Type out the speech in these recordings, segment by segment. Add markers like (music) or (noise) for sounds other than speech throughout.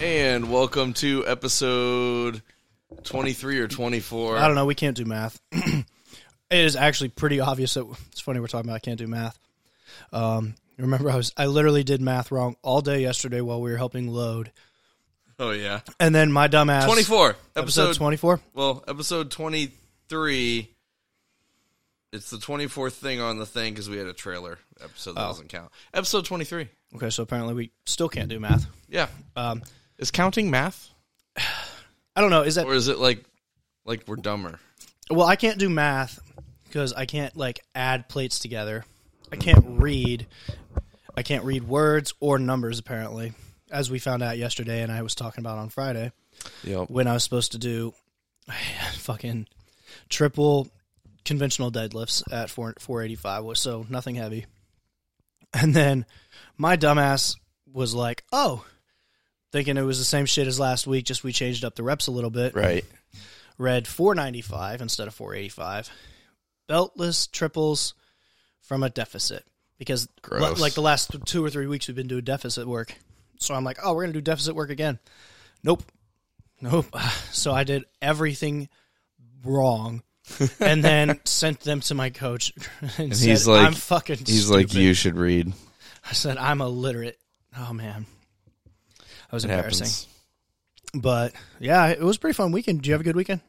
and welcome to episode 23 or 24. I don't know. We can't do math. (clears throat) it is actually pretty obvious that it's funny we're talking about I can't do math. Um, remember, I was I literally did math wrong all day yesterday while we were helping load, Oh, yeah. and then my dumbass 24. episode Episode, twenty four. well, episode 23. It's the 24th thing on the thing because we had a trailer episode Oh. that doesn't count. Episode 23. Okay, so apparently we still can't do math. Yeah. Um, Is counting math? I don't know. Is that Or is it like like we're dumber? well? I can't do math because I can't like add plates together. I can't read. I can't read words or numbers. Apparently, as we found out yesterday, and I was talking about on Friday. Yep. when I was supposed to do (sighs) fucking triple conventional deadlifts at 4, 485, so nothing heavy. And then my dumbass was like, oh, thinking it was the same shit as last week, just we changed up the reps a little bit. Right. Read 495 instead of 485. Beltless triples from a deficit. Because li- Gross. like the last two or three weeks, we've been doing deficit work. So I'm like, oh, we're going to do deficit work again. Nope. Nope. (sighs) So I did everything (laughs) wrong. and then sent them to my coach (laughs) and, said, he's like- I'm fucking He's stupid. like, you should read. I said, I'm illiterate. Oh, man. That was It embarrassing. happens. But yeah, it was a pretty fun weekend. Did you have a good weekend?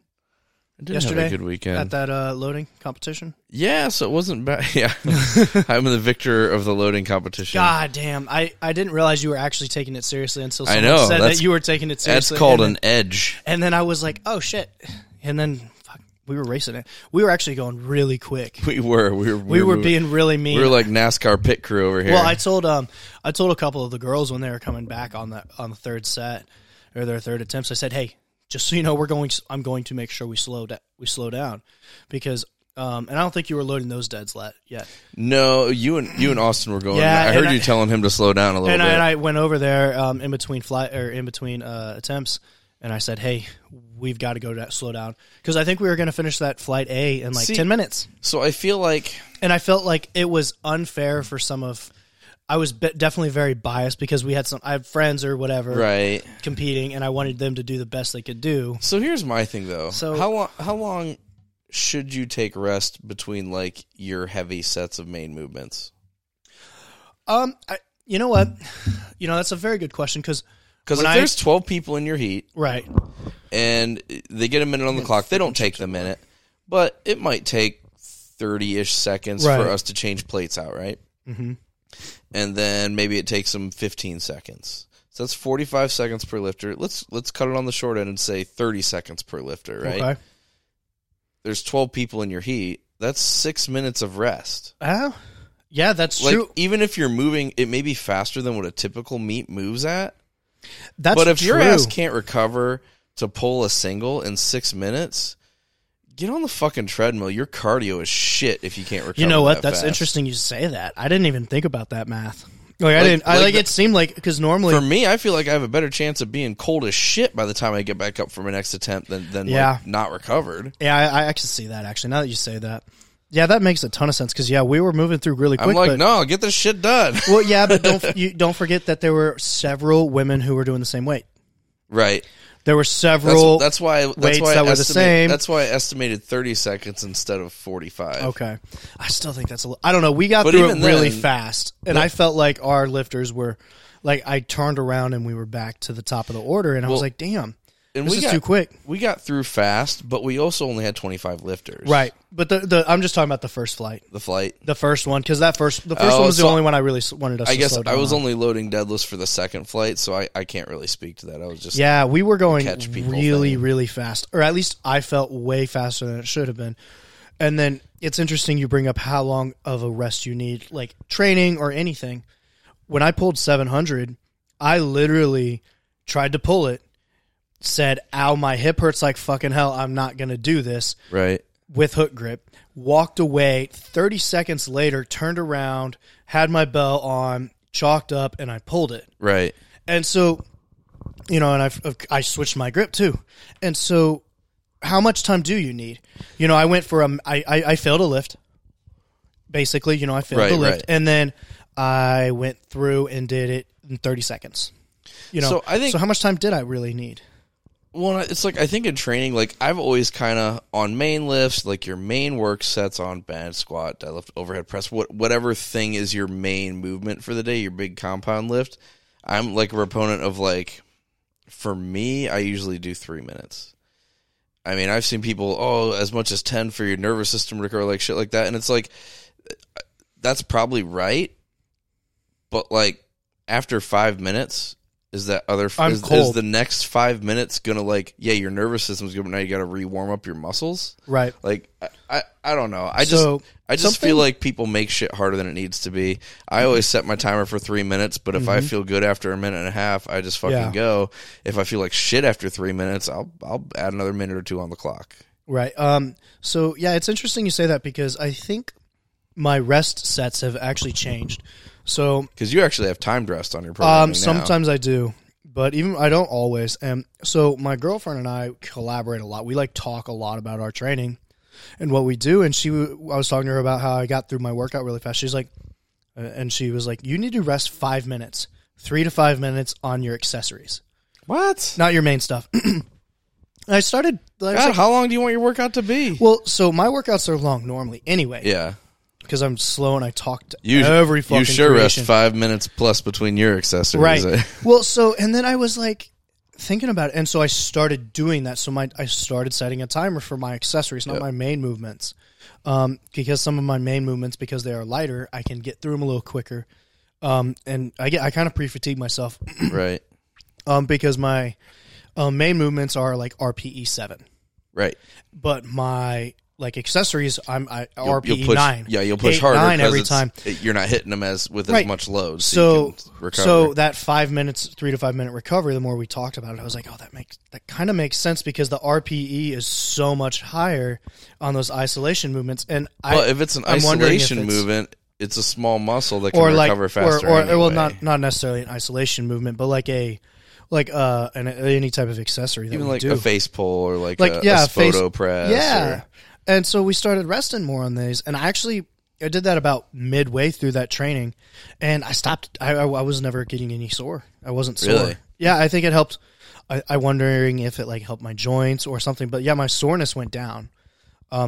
I did yesterday have a good weekend. at that uh, loading competition. yeah, so it wasn't bad. (laughs) (laughs) Yeah. I'm the victor of the loading competition. God damn, I, I didn't realize you were actually taking it seriously until I someone know, said that's- that you were taking it That's seriously. called and an edge. (laughs) Then, and then I was like, oh shit, and then fuck, we were racing it. We were actually going really quick. We were. We were. We were moving- being really mean. We were like NASCAR pit crew over here. Well, I told um I told a couple of the girls when they were coming back on the on the third set or their third attempts. I said, "Hey, just so you know, we're going. I'm going to make sure we slow da- we slow down because." Um, and I don't think you were loading those deads let yet. no, you and you and Austin were going. Yeah, I heard and you I- telling him to slow down a little And bit. I, and I went over there um, in between fly or in between uh, attempts, and I said, "Hey, we've got to go to slow down because I think we were going to finish that flight A in like See- ten minutes." so I feel like and I felt like it was unfair for some of. I was be- definitely very biased because we had some I have friends or whatever right. competing, and I wanted them to do the best they could do. So here's my thing though. So- how long? How long should you take rest between like your heavy sets of main movements? Um, I, you know what? You know that's a very good question because Because if When I- there's 12 people in your heat right, and they get a minute on the clock, they don't take the minute, but it might take 30 ish seconds Right. for us to change plates out, right? hmm and then maybe it takes them 15 seconds. So that's 45 seconds per lifter. Let's let's cut it on the short end and say 30 seconds per lifter, right? okay, There's 12 people in your heat. That's 6 minutes of rest. uh, yeah, that's Like true. even if you're moving, it may be faster than what a typical meet moves at. That's but if your true. ass can't recover to pull a single in 6 minutes, get on the fucking treadmill. Your cardio is shit if you can't recover. You know what? that That's fast. interesting you say that. I didn't even think about that math. Like, I Like- didn't. I like like the- it seemed like because normally, For me, I feel like I have a better chance of being cold as shit by the time I get back up for my next attempt than than Yeah. like not recovered. yeah, I, I actually see that actually. Now that you say that, yeah, that makes a ton of sense because yeah, we were moving through really quick. I'm like, but, no, get this shit done. (laughs) Well, yeah, but don't (laughs) you don't forget that there were several women who were doing the same weight. right. There were That's, several. that's why. That's weights why I that were the estimate- same. That's why I estimated 30 seconds instead of 45. okay. I still think that's a. li- I don't know. We got But through even it really then- fast, and I felt like our lifters were like I turned around and we were back to the top of the order, and I was like, damn, And this we is got too quick. we got through fast, but we also only had 25 lifters. Right, but the, the I'm just talking about the first flight. The flight. The first one, because that first, the first Oh, one was so- the only one I really s- wanted us. I to guess slow down I was on. only loading deadlifts for the second flight, so I, I can't really speak to that. I was just Yeah, we were going catch people really, thing. really fast, or at least I felt way faster than it should have been. And then it's interesting you bring up how long of a rest you need, like training or anything. When I pulled 700, I literally tried to pull it, said, Ow, my hip hurts like fucking hell. I'm not going to do this right. with hook grip, walked away. 30 seconds later, turned around, had my bell on, chalked up, and I pulled it. Right. And so, you know, and I've, I switched my grip too. And so, how much time do you need? You know, I went for a, I, I, I failed a lift. Basically, you know, I failed Right, the lift. right. And then I went through and did it in 30 seconds. You know, So I think- so how much time did I really need? Well, it's like I think in training, like I've always kind of on main lifts, like your main work sets on bench, squat, deadlift, overhead press, what whatever thing is your main movement for the day, your big compound lift. I'm like a proponent of like, for me, I usually do three minutes. I mean, I've seen people oh as much as ten for your nervous system recover, like shit like that, and it's like that's probably right, but like after five minutes. Is that other I'm is, is cold. the next five minutes gonna like yeah your nervous system's gonna now you gotta re-warm up your muscles Right. like I, I, I don't know i just So, i just something- feel like people make shit harder than it needs to be i always set my timer for three minutes but if i feel good after a minute and a half i just fucking Mm-hmm. Yeah. go if i feel like shit after three minutes i'll i'll add another minute or two on the clock Right. Um. So yeah, it's interesting you say that because I think my rest sets have actually changed. So because you actually have time dressed on your program um, sometimes I do, but even I don't always. And so my girlfriend and I collaborate a lot. We like talk a lot about our training and what we do. And she, w- I was talking to her about how I got through my workout really fast. She's like, uh, and she was like, you need to rest five minutes, three to five minutes on your accessories, what not your main stuff. (clears throat) And I started. I was god like, how long do you want your workout to be well, so my workouts are long normally, anyway. yeah because I'm slow and I talk to you every fucking you sure creation. rest five minutes plus between your accessories (laughs) right. well, so and then I was like thinking about it, and so I started doing that. So my I started setting a timer for my accessories, not my main movements, um, because some of my main movements because they are lighter, I can get through them a little quicker. Um, and I get I kind of pre fatigue myself right um, because my um, main movements are like RPE seven, right but my like accessories, I'm I, You'll- RPE you'll push- E nine. Yeah, you'll push eight, harder nine 'cause every it's- time. it- you're not hitting them as with Right. as much load, so, so you can recover. so that five minutes three to five minute recovery the more we talked about it i was like oh that makes that kind of makes sense because the rpe is so much higher on those isolation movements and well, i if it's an I'm wondering if isolation it's- movement, it's a small muscle that can or like recover or, faster. or anyway. well not not necessarily an isolation movement but like a like uh an, any type of accessory that even we like do a face pull or like, a, Like, yeah, a a face- photo press. yeah or- and so we started resting more on these and i actually i did that about midway through that training and i stopped i, I, I was never getting any sore i wasn't sore Really? yeah i think it helped I, I wondering if it like helped my joints or something but yeah my soreness went down um,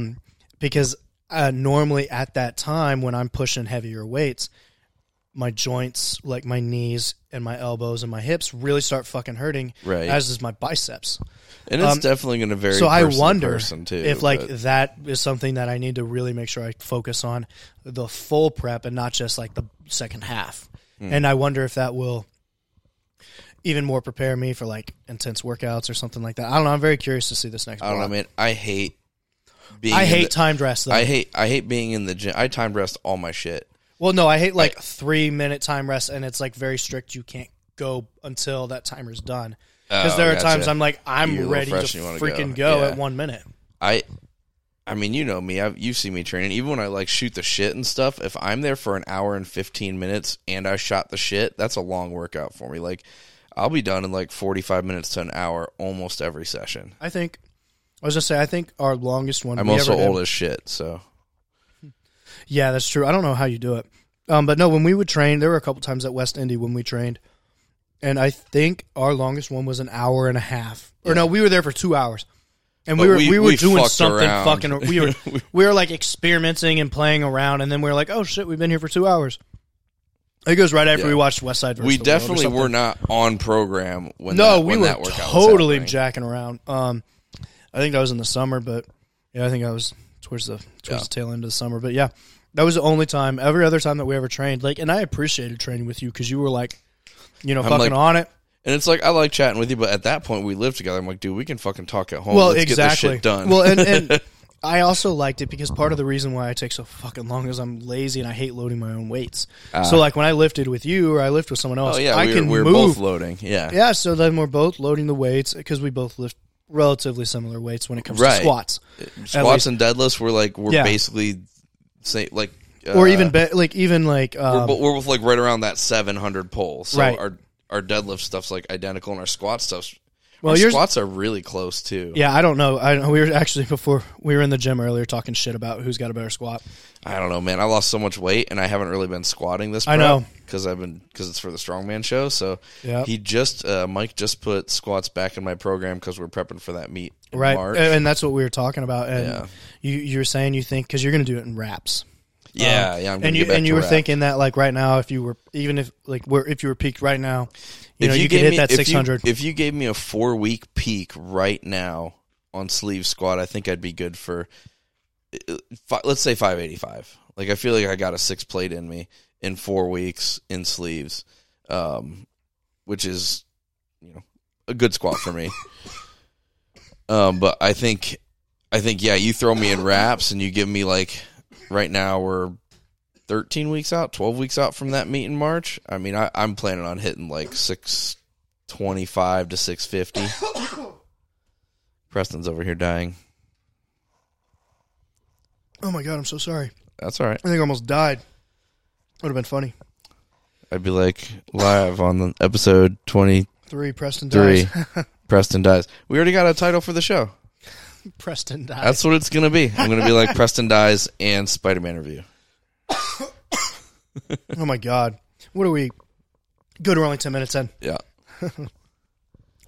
because uh, normally at that time when i'm pushing heavier weights my joints like my knees and my elbows and my hips really start fucking hurting Right. as does my biceps and it's definitely going to vary. Um, so I person to wonder person too, if like but- that is something that I need to really make sure I focus on the full prep and not just like the second half. Hmm. And I wonder if that will even more prepare me for like intense workouts or something like that. I don't know. I'm very curious to see this next. I don't know, block. man. I hate being. I in hate the- timed rest though. I hate. I hate being in the gym. I time rest all my shit. well, no, I hate like three minute time rest, and it's like very strict. You can't go until that timer's done. Because Oh, there are gotcha. times I'm like I'm You're a little ready to fresh and you wanna freaking go. go, Yeah. at one minute. I, I mean, you know me. I've, you've seen me training. Even when I like shoot the shit and stuff, if I'm there for an hour and fifteen minutes and I shot the shit, that's a long workout for me. Like, I'll be done in like forty five minutes to an hour almost every session. I think I was gonna say I think our longest one. I'm we also ever did- old as shit, so Yeah, that's true. I don't know how you do it. Um, but no, when we would train, there were a couple times at West Indy when we trained, and I think our longest one was an hour and a half. Or no, we were there for two hours, and we But were we- we, were we doing fucked something around. fucking. We (laughs) were we were like experimenting and playing around, and then we were like, oh shit, we've been here for two hours. It goes right after we watched West Side. Versus we the World or definitely something. were not on program when No, that, we when were that workout was totally happening. jacking around. Um, I think I was in the summer, but yeah, I think I was towards the towards Yeah. the tail end of the summer. But yeah, that was the only time. Every other time that we ever trained, like, and I appreciated training with you because you were like, you know, fucking like- on it. and it's like I like chatting with you, but at that point we lived together. I'm like, dude, we can fucking talk at home. Well, oh, Let's exactly. get this shit done. Well, and, (laughs) and I also liked it because part of the reason why I take so fucking long is I'm lazy and I hate loading my own weights. so like when I lifted with you or I lift with someone else, Ah. oh yeah, I we can were, we were move. both loading. Yeah, Yeah, so then we're both loading the weights because we both lift relatively similar weights when it comes Right. to squats, squats and deadlifts were like we're Yeah. basically say like uh, or even be- like even like we're, um, but we're both like right around that 700 pull. So Right. our our deadlift stuff's like identical, and our squat stuff's Well, Our yours, squats are really close too. yeah, I don't know. I we were actually (laughs) before we were in the gym earlier talking shit about who's got a better squat. I don't know, man. I lost so much weight, and I haven't really been squatting this. I know. because I've been because it's for the strongman show. So Yep. he just uh, Mike just put squats back in my program because we're prepping for that meet in Right, Uh, March. and that's what we were talking about. And Yeah. you you're saying you think because you're going to do it in wraps. yeah, yeah. I'm gonna um, and get you back and to you were rap. thinking that like right now, if you were even if like where if you were peaked right now, you know you, could gave hit me- that if you- six hundred. If you gave me a four week peak right now on sleeve squat, I think I'd be good for, uh, fi- let's say five eighty five. Like I feel like I got a six plate in me in four weeks in sleeves, um, which is, you know, a good squat for me. (laughs) um, but I think, I think yeah, you throw me in wraps and you give me like, right now we're 13 weeks out, 12 weeks out from that meet in March. I mean, I, I'm planning on hitting like 625 to 650. (coughs) Preston's over here dying. Oh my god, I'm so sorry. That's all right. I think I almost died. Would have been funny. I'd be like live on the episode 23. Three Preston dies. (laughs) (laughs) Preston dies. We already got a title for the show. Preston dies. That's what it's going to be. I'm going to be (laughs) like Preston dies and Spider Man review. oh my god, what are we? Good. We're only ten minutes in. Yeah.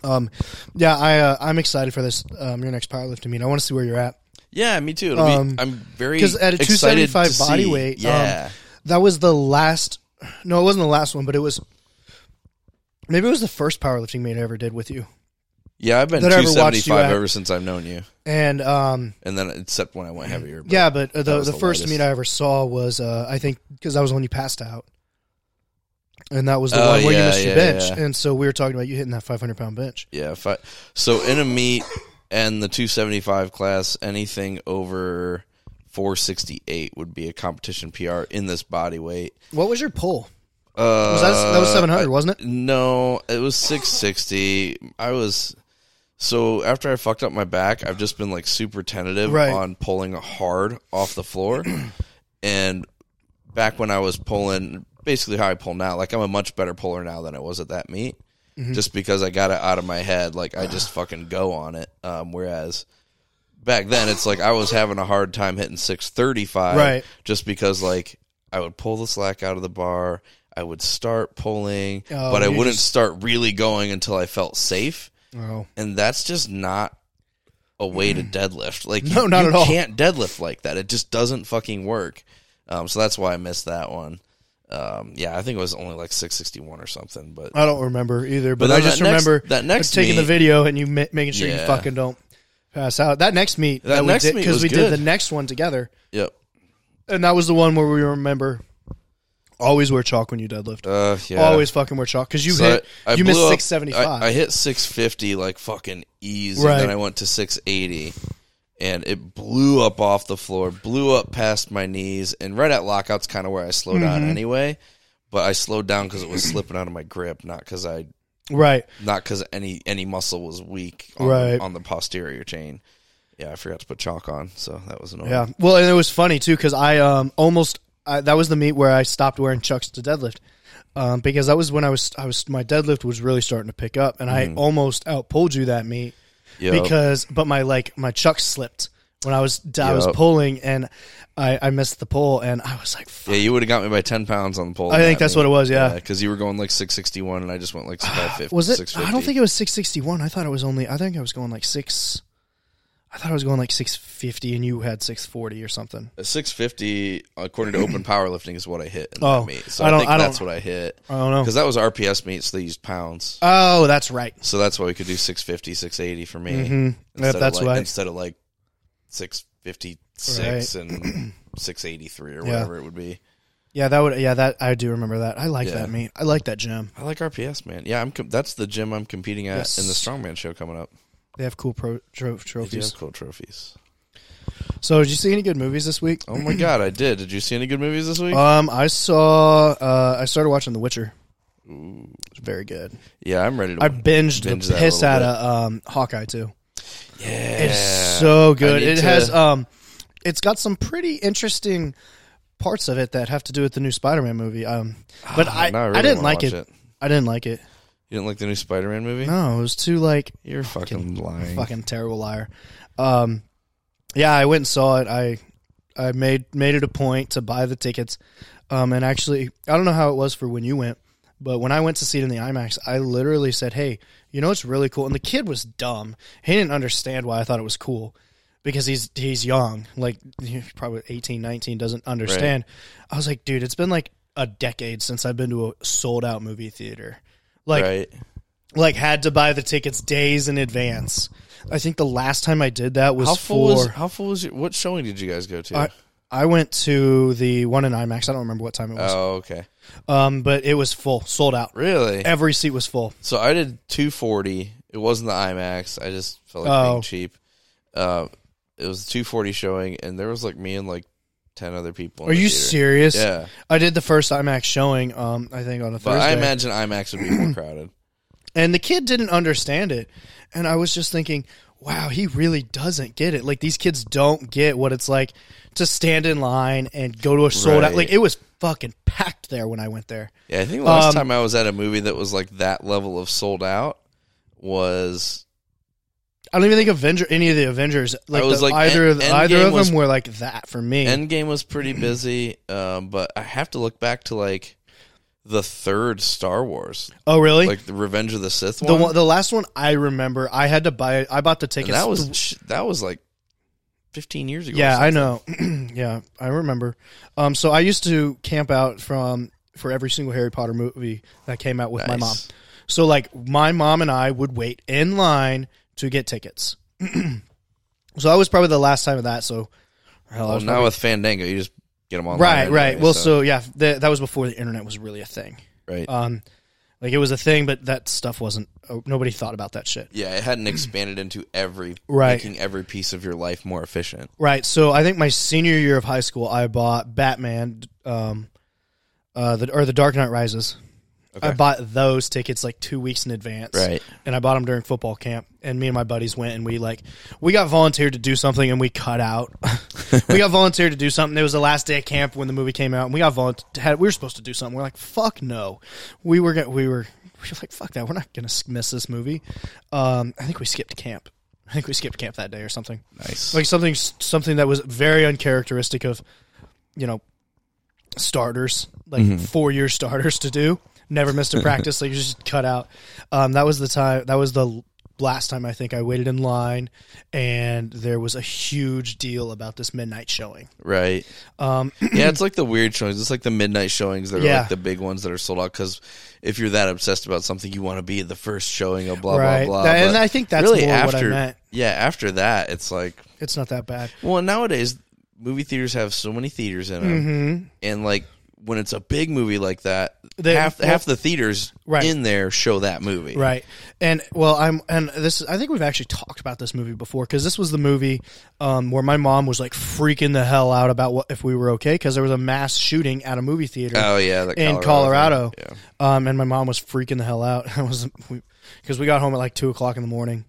Um, yeah, I uh, I'm excited for this. Um, your next powerlifting meet. I want to see where you're at. Yeah, me too. It'll Um, be, I'm very 'cause at a excited to 275 body see- weight, um, Yeah. That was the last. No, it wasn't the last one, but it was. Maybe it was the first powerlifting meet I ever did with you. yeah, I've been that I ever watched you 275 at- ever since I've known you. And um, And then, except when I went heavier. but- yeah, but uh, the was the the first lightest. meet I ever saw was uh, I think because that was when you passed out, and that was the Oh, one where yeah, you missed your yeah, bench. yeah. And so we were talking about you hitting that 500 pound bench. Yeah, if I, so in a meet and the 275 class, anything over 468 would be a competition PR in this body weight. What was your pull? Uh, Was that that was 700, wasn't it? No, it was 660. I was so after I fucked up my back, I've just been like super tentative Right. on pulling hard off the floor. (clears throat) and back when I was pulling, basically how I pull now, like I'm a much better puller now than I was at that meet, Mm-hmm. just because I got it out of my head. Like I just fucking go on it. Um, whereas back then, it's like I was having a hard time hitting 635, Right. Just because like I would pull the slack out of the bar, I would start pulling, Oh, but I you wouldn't just- start really going until I felt safe Oh, and that's just not a way to deadlift. Like Mm. No, not you at all. Can't deadlift like that. It just doesn't fucking work. Um, so that's why I missed that one. Um, yeah, I think it was only like six sixty one or something. But I don't remember either, but, then I just that next- remember that next taking the meet- video and you ma- making sure you Yeah. fucking don't pass out. That next meet That next we did meet because was we did good. the next one together, yep. and that was the one where we remember always wear chalk when you deadlift. Uh, yeah. Always fucking wear chalk because you So hit I- I you missed blew up- six seventy I, I five. hit six fifty like fucking easy. Right. Then I went to six eighty, and it blew up off the floor, blew up past my knees, and right at lockouts, kind of where I slowed down Mm-hmm. anyway. But I slowed down because it was slipping out of my grip, not because I Right, not because any any muscle was weak on, Right. on the posterior chain. Yeah, I forgot to put chalk on, so that was annoying. yeah. Well, and it was funny too because I um almost I, that was the meet where I stopped wearing chucks to deadlift. Um, because that was when I was, I was, my deadlift was really starting to pick up, and Mm-hmm. I almost outpulled you that meet. Yep. because but my like my chuck slipped when I was I was Yup. pulling and I, I missed the pull and I was like fuck. yeah, you would have got me by ten pounds on the pole. I think that's what it was yeah, because you were going like six sixty one, and I just went like five fifty. (sighs) was it I don't think it was 661 I thought it was only I think I was going like 6 I thought I was going like 650 and you had 640 or something six fifty according to Open Powerlifting is what I hit. In Oh, that meet. so I I, don't- think I don't- Oh. that's what I hit I don't know because that was RPS meet, so they used pounds. oh that's right So that's why we could do 650, 680 for me. Mhm. Yep, Mm-hmm. of that's like, right. Instead of like 656 (clears throat) and 683 or Yeah. whatever it would be. yeah that would yeah that I do remember that I like Yeah. that meet I like that gym I like RPS, man. Yeah, I'm. Com- that's the gym I'm competing at Yes. in the Strongman show coming up. they have cool pro tro- They do trophies have cool trophies. so did you see any good movies this week Oh (clears throat) my god, I did. Did you see any good movies this week? um I saw uh, I started watching The Witcher it's very good yeah, I'm ready to. I binged Binge the that a piss little out bit. of um, Hawkeye too. yeah, It's so good. need It to- has um, it's got some pretty interesting parts of it that have to do with the new Spider-Man movie. Um, but I now Ah, I I, really wanna didn't like watch it. I didn't like it. You didn't like the new Spider-Man movie? No, it was too like You're fucking, lying. fucking terrible liar. Um, yeah, I went and saw it. I I made made it a point to buy the tickets. Um, and actually, I don't know how it was for when you went, but when I went to see it in the IMAX, I literally said, "Hey, you know it's really cool." And the kid was dumb. He didn't understand why I thought it was cool because he's he's young, like he's probably 18, 19, doesn't understand. I was like, "Dude, it's been like a decade since I've been to a sold out movie theater." Like right. like had to buy the tickets days in advance. I think the last time I did that was How full was for how full was your what showing did you guys go to? I, I went to the one in IMAX. I don't remember what time it was. oh, okay. Um, but it was full, sold out. Really? Every seat was full. So I did 240. It wasn't the IMAX. I just felt like Oh. being cheap. Uh, it was the 240 showing, and there was like me and like 10 other people. in Are the you theater. serious? Yeah. I did the first IMAX showing. Um, I think on a But Thursday. I imagine IMAX would be more (clears throat) crowded. And the kid didn't understand it. And I was just thinking, wow, he really doesn't get it. Like these kids don't get what it's like to stand in line and go to a sold out. Right. Like it was fucking packed there when I went there. Yeah, I think last Um, time I was at a movie that was like that level of sold out was I don't even think Avenger any of the Avengers like, I was the- like, either End- of the- either Endgame of was- them were like that for me. Endgame was pretty busy, um, but I have to look back to like the third Star Wars, oh (laughs) really? like the Revenge of the Sith the one. one, the last one I remember, I had to buy. I bought the And tickets. that was th- sh- that was like 15 years ago. or yeah, I something. know. (clears throat) yeah, I remember. Um, so I used to camp out from for every single Harry Potter movie that came out with my mom. Nice. So like my mom and I would wait in line to get tickets. (clears throat) so that was probably the last time of that. So hell, I Well, was now with Fandango, you just get them online. right, anyway, right. Well, so yeah, th- that was before the internet was really a thing. right, Um, like it was a thing, but that stuff wasn't. oh, Nobody thought about that shit. yeah, it hadn't expanded into every Right. making every piece of your life more efficient. Right. So I think my senior year of high school, I bought Batman, um, uh, the, or the Dark Knight Rises. I Okay. bought those tickets like two weeks in advance. Right. And I bought them during football camp. And me and my buddies went and we like, we got volunteered to do something and we cut out. (laughs) we got volunteered to do something. It was the last day of camp when the movie came out and we got volunteered. We were supposed to do something. We're like, fuck no. We were, gonna, we were, we were like, fuck that. We're not going to miss this movie. Um, I think we skipped camp. I think we skipped camp that day or something Nice. like something something that was very uncharacteristic of you know starters like four year starters to do never missed a practice like you just cut out um, that was the time that was the last time i think i waited in line and there was a huge deal about this midnight showing right. um, (clears throat) Yeah, it's like the weird showings. It's like the midnight showings that are Yeah. like the big ones that are sold out. Because if you're that obsessed about something, you want to be at the first showing of blah right blah blah. That- and But i think that's really more after what i meant yeah, after that, it's like it's not that bad well nowadays movie theaters have so many theaters in them, and like when it's a big movie like that, Mm-hmm. They- half well- half the theaters Right. in there show that movie. Right. And well, I'm and this I think we've actually talked about this movie before because this was the movie um, where my mom was like freaking the hell out about what if we were okay because there was a mass shooting at a movie theater Oh yeah, the in Colorado Colorado, thing. Yeah. um, and my mom was freaking the hell out. (laughs) I was because we got home at like two o'clock in the morning.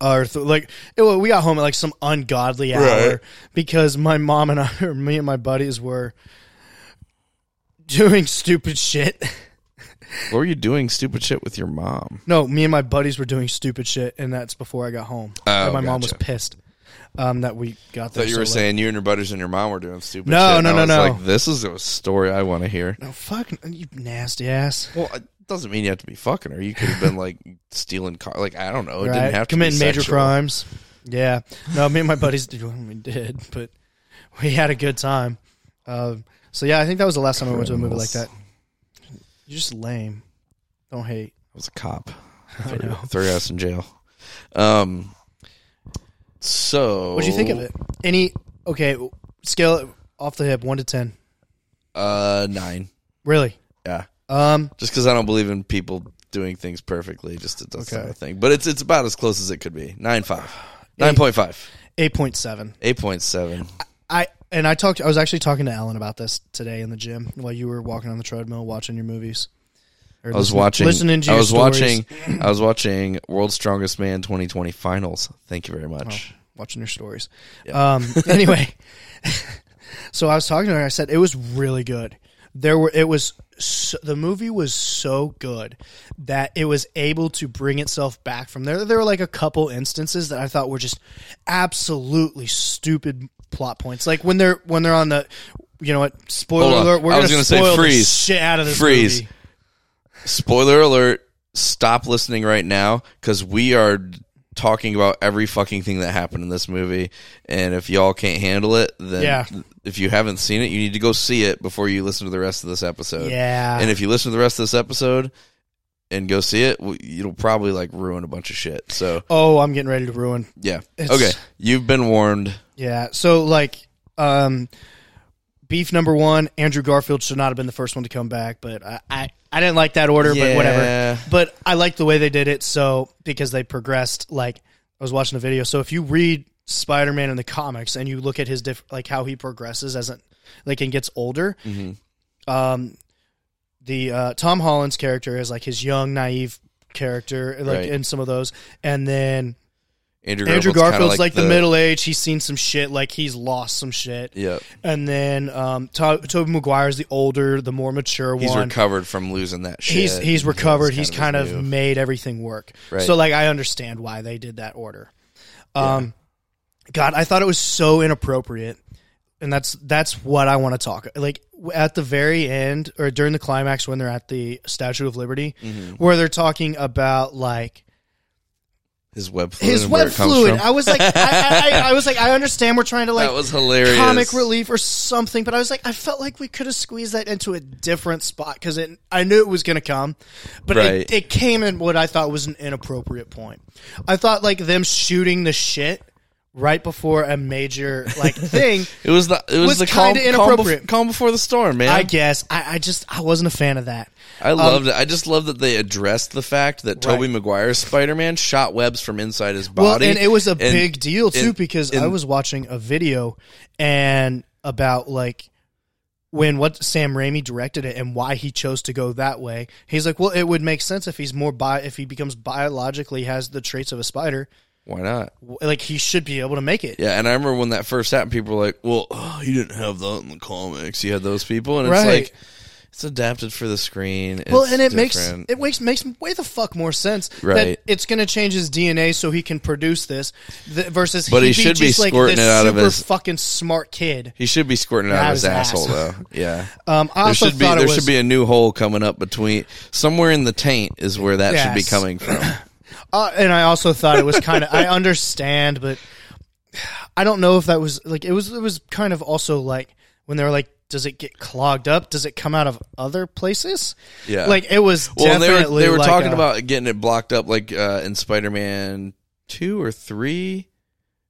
Or th- like it, wa- we got home at like some ungodly hour Right. because my mom and I, (laughs) or me and my buddies, were doing stupid shit. (laughs) What were you doing stupid shit with your mom? No, me and my buddies were doing stupid shit, and that's before I got home. Oh, and my mom was gotcha. pissed um, that we got there. That you so were late. saying you and your buddies and your mom were doing stupid No, shit. and no, I no, was no. Like this is a story I want to hear. "No, fuck you, nasty ass." Well, it doesn't mean you have to be fucking her. You could have been like stealing car. Like I don't know. It Right? didn't have to Committing be major sexual. crimes. Yeah. No, me and my buddies (laughs) did. well, We did, but we had a good time. Um, so yeah, I think that was the last time I went to a movie like that. You're just lame. Don't hate. I was a cop. (laughs) I Threw- know. Threw us in jail. Um. So What do you think of it? Oh. Any okay? Scale it off the hip, one to ten. Uh, nine. Really? Yeah. Um. Just because I don't believe in people doing things perfectly, just it doesn't Okay. okay. a thing. But it's it's about as close as it could be. Nine five. Nine point five. Eight point seven. Eight point seven. I and I talked. I was actually talking to Ellen about this today in the gym while you were walking on the treadmill watching your movies. Or I was listening- watching. Listening to I your was stories. watching. I was watching World's Strongest Man 2020 finals. Thank you very much. Watching your stories. (laughs) Um. (laughs) Anyway, so I was talking to her. and I said it was really good. There were. It was so, the movie was so good that it was able to bring itself back from there. There were like a couple instances that I thought were just absolutely stupid plot points. Like when they're when they're on the you know what spoiler Hold on. alert. We're I was gonna gonna say spoil the freeze. shit out of this Freeze. movie. Spoiler alert, stop listening right now cuz we are talking about every fucking thing that happened in this movie and if y'all can't handle it then Yeah. if you haven't seen it you need to go see it before you listen to the rest of this episode. Yeah, And if you listen to the rest of this episode and go see it, w- it'll probably like ruin a bunch of shit. So, oh, I'm getting ready to ruin. yeah. It's- Okay. You've been warned. Yeah. So like um beef number 1, Andrew Garfield should not have been the first one to come back, but I I, I didn't like that order, but Yeah. whatever. But I like the way they did it so because they progressed like I was watching a video. So if you read Spider-Man in the comics and you look at his diff- like how he progresses as an like and gets older, Mm-hmm. um the uh, Tom Holland's character is like his young naive character like Right. in some of those and then Andrew, Andrew kinda Garfield's like, the, middle age. He's seen some shit. Like he's lost some shit. Yeah. And then um, to- Tobey Maguire's the older, the more mature He's one. recovered from losing that shit. he's he's recovered. He's kind of, his move. made everything work. Right. So like I understand why they did that order. Um, God, I thought it was so inappropriate, and that's that's what I want to talk. Like w- at the very end or during the climax when they're at the Statue of Liberty, where they're talking about like his web fluid. his and where web it comes fluid. from. I was like, I, I, I, I was like, I understand we're trying to like that was hilarious. comic relief or something, but I was like, I felt like we could have squeezed that into a different spot because it. I knew it was going to come, but Right. it, it came in what I thought was an inappropriate point. I thought like them shooting the shit right before a major (laughs) like thing. It was the it was, was the calm, kinda calm, bef- inappropriate. calm before the storm, man. I I, guess I, I just I wasn't a fan of that. loved it. I just love that they addressed the fact that Tobey Right. Maguire's Spider Man shot webs from inside his Well, body, and it was a and- big deal too and- because and- I was watching a video and about like when what Sam Raimi directed it and why he chose to go that way. He's like, well, it would make sense if he's more bi if he becomes biologically has the traits of a spider, Why not? w- like he should be able to make it. Yeah, and I remember when that first happened, people were like, "Well, oh, you didn't have that in the comics. You had those people," and Right. it's like it's adapted for the screen. Well, It's and it different. makes it makes makes way the fuck more sense Right. that it's going to change his DNA so he can produce this th- versus But he be should be just, like, squirting this it out of super his- fucking smart kid. he should be squirting it out Out of of his his asshole, though. ass. Yeah, Um, I there also should be thought there it was, should be a new hole coming up between somewhere in the taint is where that should be Yes. coming (clears throat) from. Uh, and I also thought it was (laughs) kind of. I understand, but I don't know if that was like it was. It was kind of also like when they were like, "Does it get clogged up? Does it come out of other places?" Yeah. like it was Well, and they were definitely. they were like talking a- about getting it blocked up, like uh, in Spider Man two or three,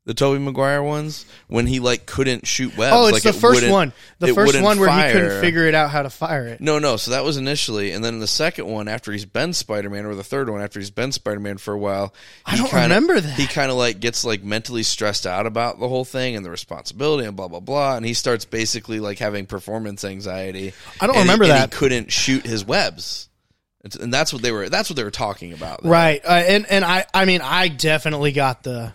the Tobey Maguire ones, when he like couldn't shoot webs. Oh, it's like, the it first wouldn't- one. The it first wouldn't one where he fire. couldn't figure it out how to fire it. No, no. So that was initially, and then the second one after he's been Spider Man, or the third one after he's been Spider Man for a while. I he don't kinda- remember that. He kind of like gets like mentally stressed out about the whole thing and the responsibility and blah blah blah, and he starts basically like having performance anxiety. I don't and he- remember and that. he couldn't shoot his webs, It's- and that's what they were. That's what they were talking about. there. Right, uh, and and I I mean I definitely got the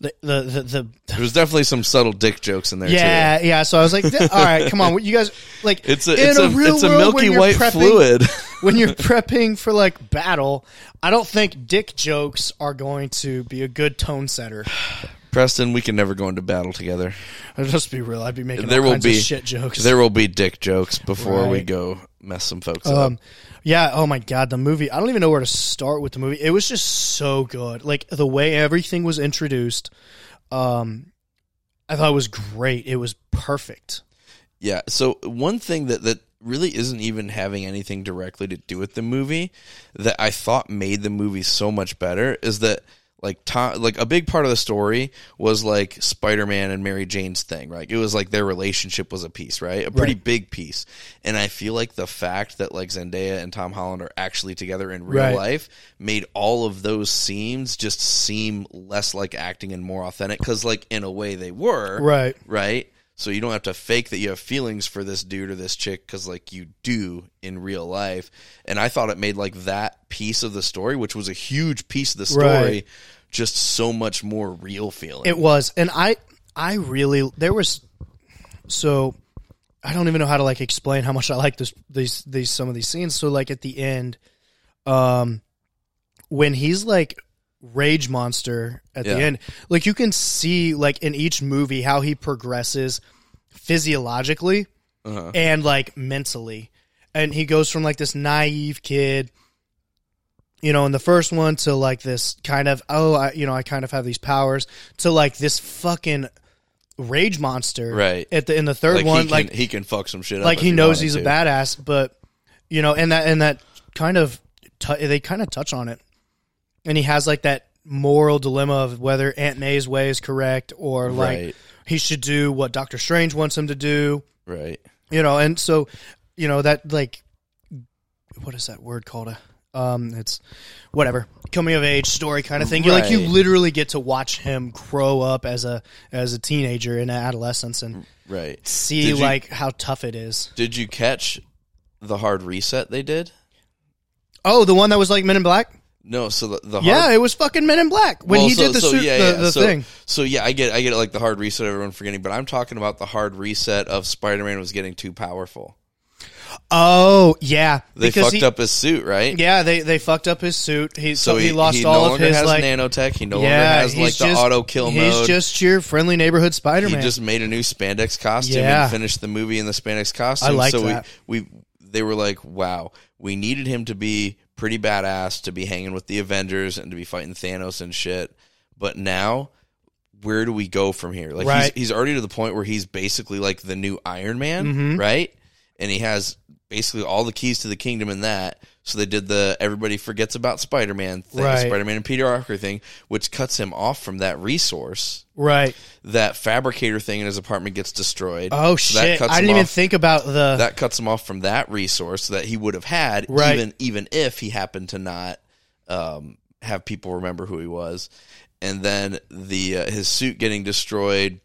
the the the. the There was definitely some subtle dick jokes in there. too. yeah, yeah. So I was like, "All right, come on, you guys like (laughs) It's a in it's a, real it's a world when milky you're white prepping- fluid. (laughs) when you're (laughs) prepping for like battle, I don't think dick jokes are going to be a good tone setter. Preston, we can never go into battle together. I'll just be real. I'd be making There all will kinds be of shit jokes. There will be dick jokes before we Right. go mess some folks up. um, yeah. Oh my god, the movie. I don't even know where to start with the movie. It was just so good. Like the way everything was introduced. Um, I thought it was great. It was perfect. Yeah. So one thing that that really isn't even having anything directly to do with the movie that I thought made the movie so much better is that like Tom, like a big part of the story was like Spider-Man and Mary Jane's thing, right? It was like their relationship was a piece, right? A pretty Right. big piece. And I feel like the fact that like Zendaya and Tom Holland are actually together in real Right. life made all of those scenes just seem less like acting and more authentic cuz like in a way they were Right. right? So you don't have to fake that you have feelings for this dude or this chick because, like, you do in real life. And I thought it made like that piece of the story, which was a huge piece of the story, Right. just so much more real feeling. It was, and I I really there was so I don't even know how to like explain how much I like this these these some of these scenes. So like at the end, um, when he's like rage monster at Yeah. the end, like you can see like in each movie how he progresses physiologically Uh-huh. and like mentally. And he goes from like this naive kid, you know, in the first one to like this kind of, oh, I, you know, I kind of have these powers to like this fucking rage monster. Right. At the, in the third Like, one, he can, like, he can fuck some shit up. like if he knows wanted he's a to. badass, but you know, and that, and that kind of, tou they kind of touch on it. And he has like that moral dilemma of whether Aunt May's way is correct or like Right. he should do what Doctor Strange wants him to do Right. you know and so you know that like what is that word called Uh, um it's whatever coming of age story kind of thing you like you Right. literally get to watch him grow up as a as a teenager and adolescence and Right. see Did you- like how tough it is Did you catch the hard reset they did? oh the one that was like men in black No. So the, the hard yeah it was fucking men in black when Well, he so- did the, so, suit, yeah, the, yeah, the so, thing So yeah, I get I get it, like the hard reset everyone forgetting, but I'm talking about the hard reset of Spider Man was getting too powerful. oh yeah They because fucked he, up his suit, right? yeah they they fucked up his suit he so, So he, lost he all no of longer his has like nanotech. He no longer yeah has like he's the just- auto kill he's mode. just your friendly neighborhood he spider-man just made a new spandex costume Yeah. and finished the movie in the spandex costume. I like so that. we we they were like, wow, we needed him to be pretty badass to be hanging with the Avengers and to be fighting Thanos and shit. But now, where do we go from here? Like Right. he's he's already to the point where he's basically like the new Iron Man, Mm-hmm. right? And he has basically all the keys to the kingdom in that. So they did the everybody forgets about Spider Man thing, Right. Spider Man and Peter Parker thing, which cuts him off from that resource Right. that fabricator thing in his apartment gets destroyed. Oh So shit! cuts I him didn't even off- think about the. that cuts him off from that resource that he would have had, Right. even even if he happened to not um, have people remember who he was. And then the uh, his suit getting destroyed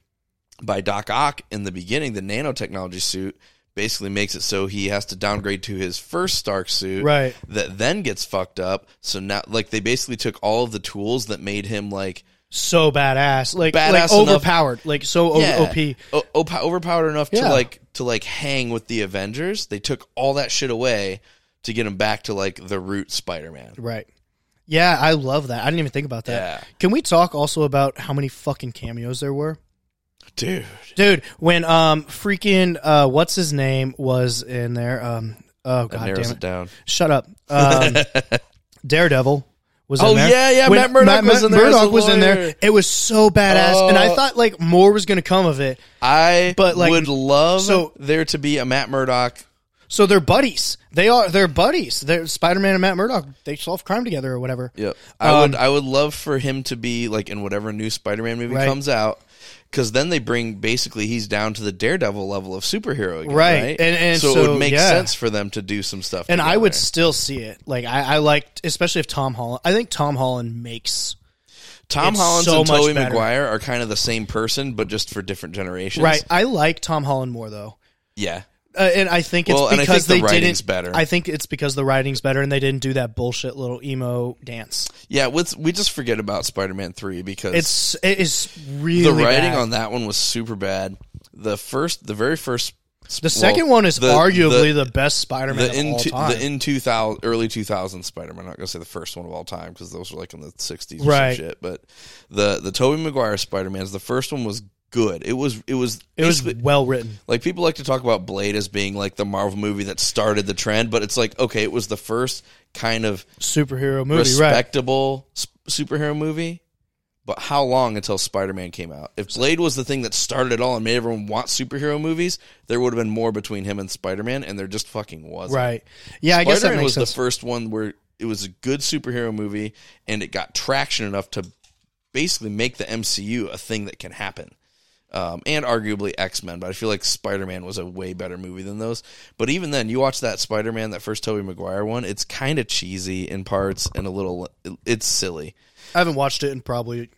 by Doc Ock in the beginning, the nanotechnology suit basically makes it so he has to downgrade to his first Stark suit, Right. That then gets fucked up. So now, like, they basically took all of the tools that made him like so badass, like Badass like enough- overpowered, like so o- Yeah. op. O- op- overpowered enough to Yeah. like to like hang with the Avengers. They took all that shit away to get him back to like the root Spider-Man. Right. Yeah, I love that. I didn't even think about that. Yeah. Can we talk also about how many fucking cameos there were, Dude, dude? When um freaking uh what's his name was in there? Um oh that god narrows damn it it! down. Shut up. (laughs) Um, Daredevil was Oh, in there. yeah, yeah, Matt Murdock was in there as Murdock a was in there. lawyer. It was so badass, and I Oh. thought like more was gonna come of it. I But, like, would love so- there to be a Matt Murdock. So they're buddies. They are they're buddies. They're Spider Man and Matt Murdock. They solve crime together or whatever. Yep. I Um, would I would love for him to be like in whatever new Spider-Man movie Right. comes out. Because then they bring basically he's down to the Daredevil level of superhero again, Right. right? And- and so, it so, would make yeah. sense for them to do some stuff. And I together. would still see it. Like I, I liked, especially if Tom Holland. I think Tom Holland makes Tom It's Holland so and much Tobey better. Maguire are kind of the same person, but just for different generations. right. I like Tom Holland more though, Yeah. uh, and I think it's Well, and I because think the they writing's didn't. better. I think it's because the writing's better, and they didn't do that bullshit little emo dance. Yeah. With, we just forget about Spider Man 3 because It's it is really the writing bad. on that one was super bad. The first, the very first. the second one is arguably the, best Spider Man the of in all two- time. the in two thousand early two thousand Spider Man. I'm not gonna say the first one of all time because those were like in the sixties or Right. some shit. But the the Tobey Maguire Spider Man's the first one was good. It was it was it was basically- well written. Like people like to talk about Blade as being like the Marvel movie that started the trend, but it's like okay, it was the first kind of Superhero movie, right? respectable s superhero movie. But how long until Spider-Man came out? If Blade was the thing that started it all and made everyone want superhero movies, there would have been more between him and Spider-Man, and there just fucking wasn't. Right. Yeah, I guess that Spider-Man makes was sense. the first one where it was a good superhero movie, and it got traction enough to basically make the MCU a thing that can happen. Um, and arguably X Men, but I feel like Spider Man was a way better movie than those. But even then, you watch that Spider Man, that first Tobey Maguire one, it's kind of cheesy in parts and a little, it's silly. I haven't watched it in probably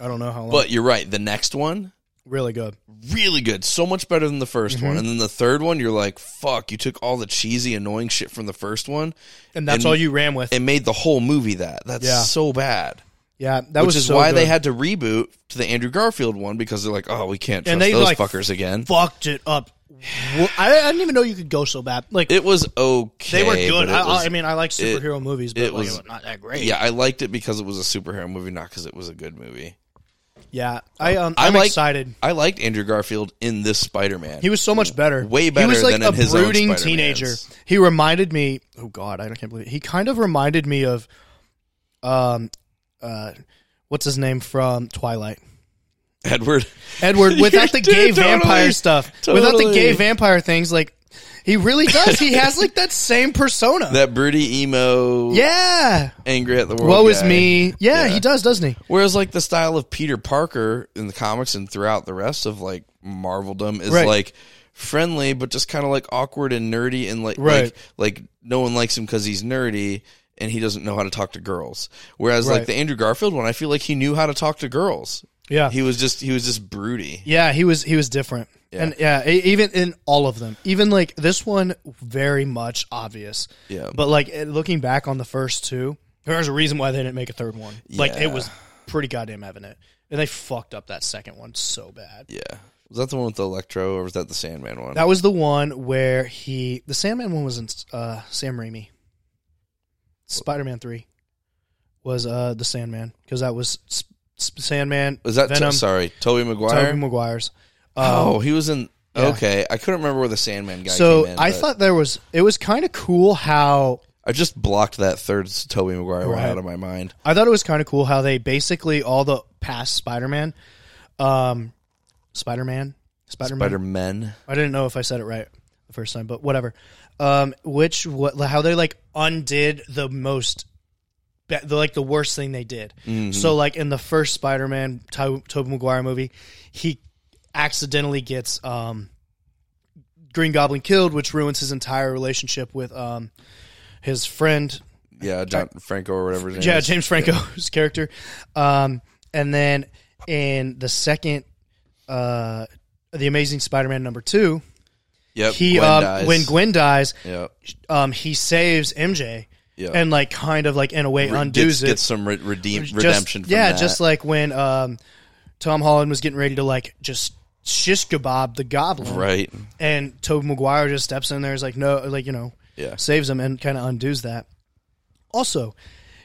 I don't know how long. But you're right, the next one, really good. really good, so much better than the 1st Mm-hmm. one. And then the third one, you're like, fuck, you took all the cheesy, annoying shit from the first one And that's And- all you ran with. and made the whole movie that. That's Yeah. so bad. yeah, that which was is so why they good. had to reboot to the Andrew Garfield one because they're like, oh, we can't trust And they, those like, fuckers again. fucked it up wo- I, I didn't even know you could go so bad. Like It was okay. they were good. but it I, I- was- I mean, I like superhero movies, but it like, was- it was not that great. yeah, I liked it because it was a superhero movie, not because it was a good movie. yeah. I um, I I'm like- excited. I liked Andrew Garfield in this Spider Man. He was so much better. Way He better was like than a in his own brooding Spider-Mans. teenager. He reminded me. Oh God, I can't believe it. he kind of reminded me of, um, uh, what's his name from Twilight? (laughs) Edward. (laughs) Edward without the Dude, gay totally. vampire stuff. Without the Totally. gay vampire things, like he really does. he has like that same persona. That broody emo, yeah. angry at the world. Woe is guy. me. Yeah, Yeah. he does, doesn't he? Whereas, like the style of Peter Parker in the comics and throughout the rest of like Marveldom is Right. like friendly, but just kind of like awkward and nerdy, and like Right. like like no one likes him because he's nerdy and he doesn't know how to talk to girls. Whereas, Right. like the Andrew Garfield one, I feel like he knew how to talk to girls. Yeah. He was just he was just broody. Yeah, he was he was different. And yeah, e- even in all of them. Even like this one very much obvious. Yeah. But like eh, looking back on the first two, there's a reason why they didn't make a third one. Like Yeah. it was pretty goddamn evident. And they fucked up that second one so bad. Yeah. Was that the one with the Electro, or was that the Sandman one? That was the one where he the Sandman one was in uh, Sam Raimi. Spider Man three was uh, the Sandman because that was sp- sp- Sandman. was that Venom? sorry, Toby Maguire? Tobey Maguire's. oh, he was in. yeah. Okay, I couldn't remember where the Sandman guy. So came in, I but thought there was it was kind of cool how I just blocked that third Toby Maguire one Right. out of my mind. I thought it was kind of cool how they basically all the past Spider Man, um, Spider Man, Spider Man, Spider Men. I didn't know if I said it right the first time, but whatever. Um, which what how they like undid the most, be- the, like the worst thing they did. So like in the first Spider-Man to- Tobey Maguire movie, he accidentally gets um, Green Goblin killed, which ruins his entire relationship with um, his friend Yeah, John Franco or whatever his name yeah, is. James Franco's (laughs) character. Um, and then in the second, uh, the Amazing Spider-Man number two, Yep, he Gwen um, dies. when Gwen dies, Yep. um, he saves MJ Yeah. and like kind of like in a way gets, undoes it. gets some re- redeem, Just- redemption from yeah, that. just like when um, Tom Holland was getting ready to like just shish kebab the Goblin, right. and Tobey Maguire just steps in there, is like, no, like you know, Yeah. saves him and kind of undoes that. Also,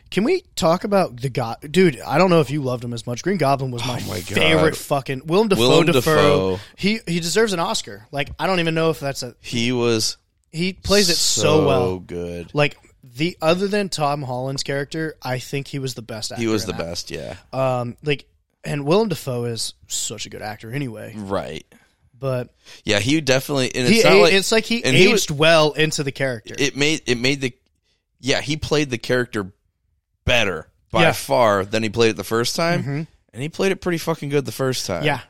can we talk about the God, dude? I don't know if you loved him as much. Green Goblin was my, Oh my God. favorite fucking Willem Dafoe. Willem Dafoe. Dafoe. He he deserves an Oscar. Like I don't even know if that's a He was he plays it so, well. good. Like the other than Tom Holland's character, I think he was the best. actor He was in the that. best. Yeah, Um, like and Willem Dafoe is such a good actor anyway. right. But Yeah, he definitely. And it's he it's, not like it's like he and he aged was- well into the character. it made it made the yeah he played the character better by Yeah. Mm-hmm. far than he played it the first time and he played it pretty fucking good the first time yeah.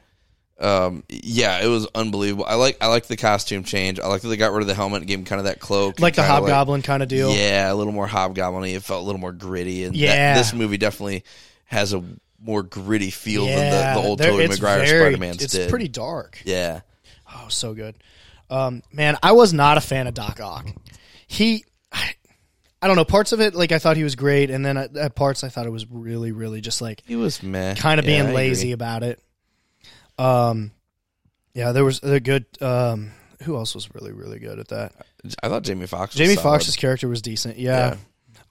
um yeah it was unbelievable i like i like the costume change i like that they got rid of the helmet and gave him kind of that cloak and like the kinda hobgoblin kind of deal. yeah a little more hobgoblin it felt a little more gritty and that- Yeah. this movie definitely has a more gritty feel Yeah, than the, the old there- Tobey it's Maguire very- Spider-Man's It's did. pretty dark. yeah, Oh, so good. Um, man, I was not a fan of Doc Ock. He, I don't know, parts of it like I thought he was great, and then at, at parts I thought it was really, really just like he was meh. kind of Yeah, I being agree. lazy about it. Um, yeah, there was a good. Um, who else was really, really good at that? I thought Jamie Foxx. was Jamie solid. Foxx's character was decent. Yeah.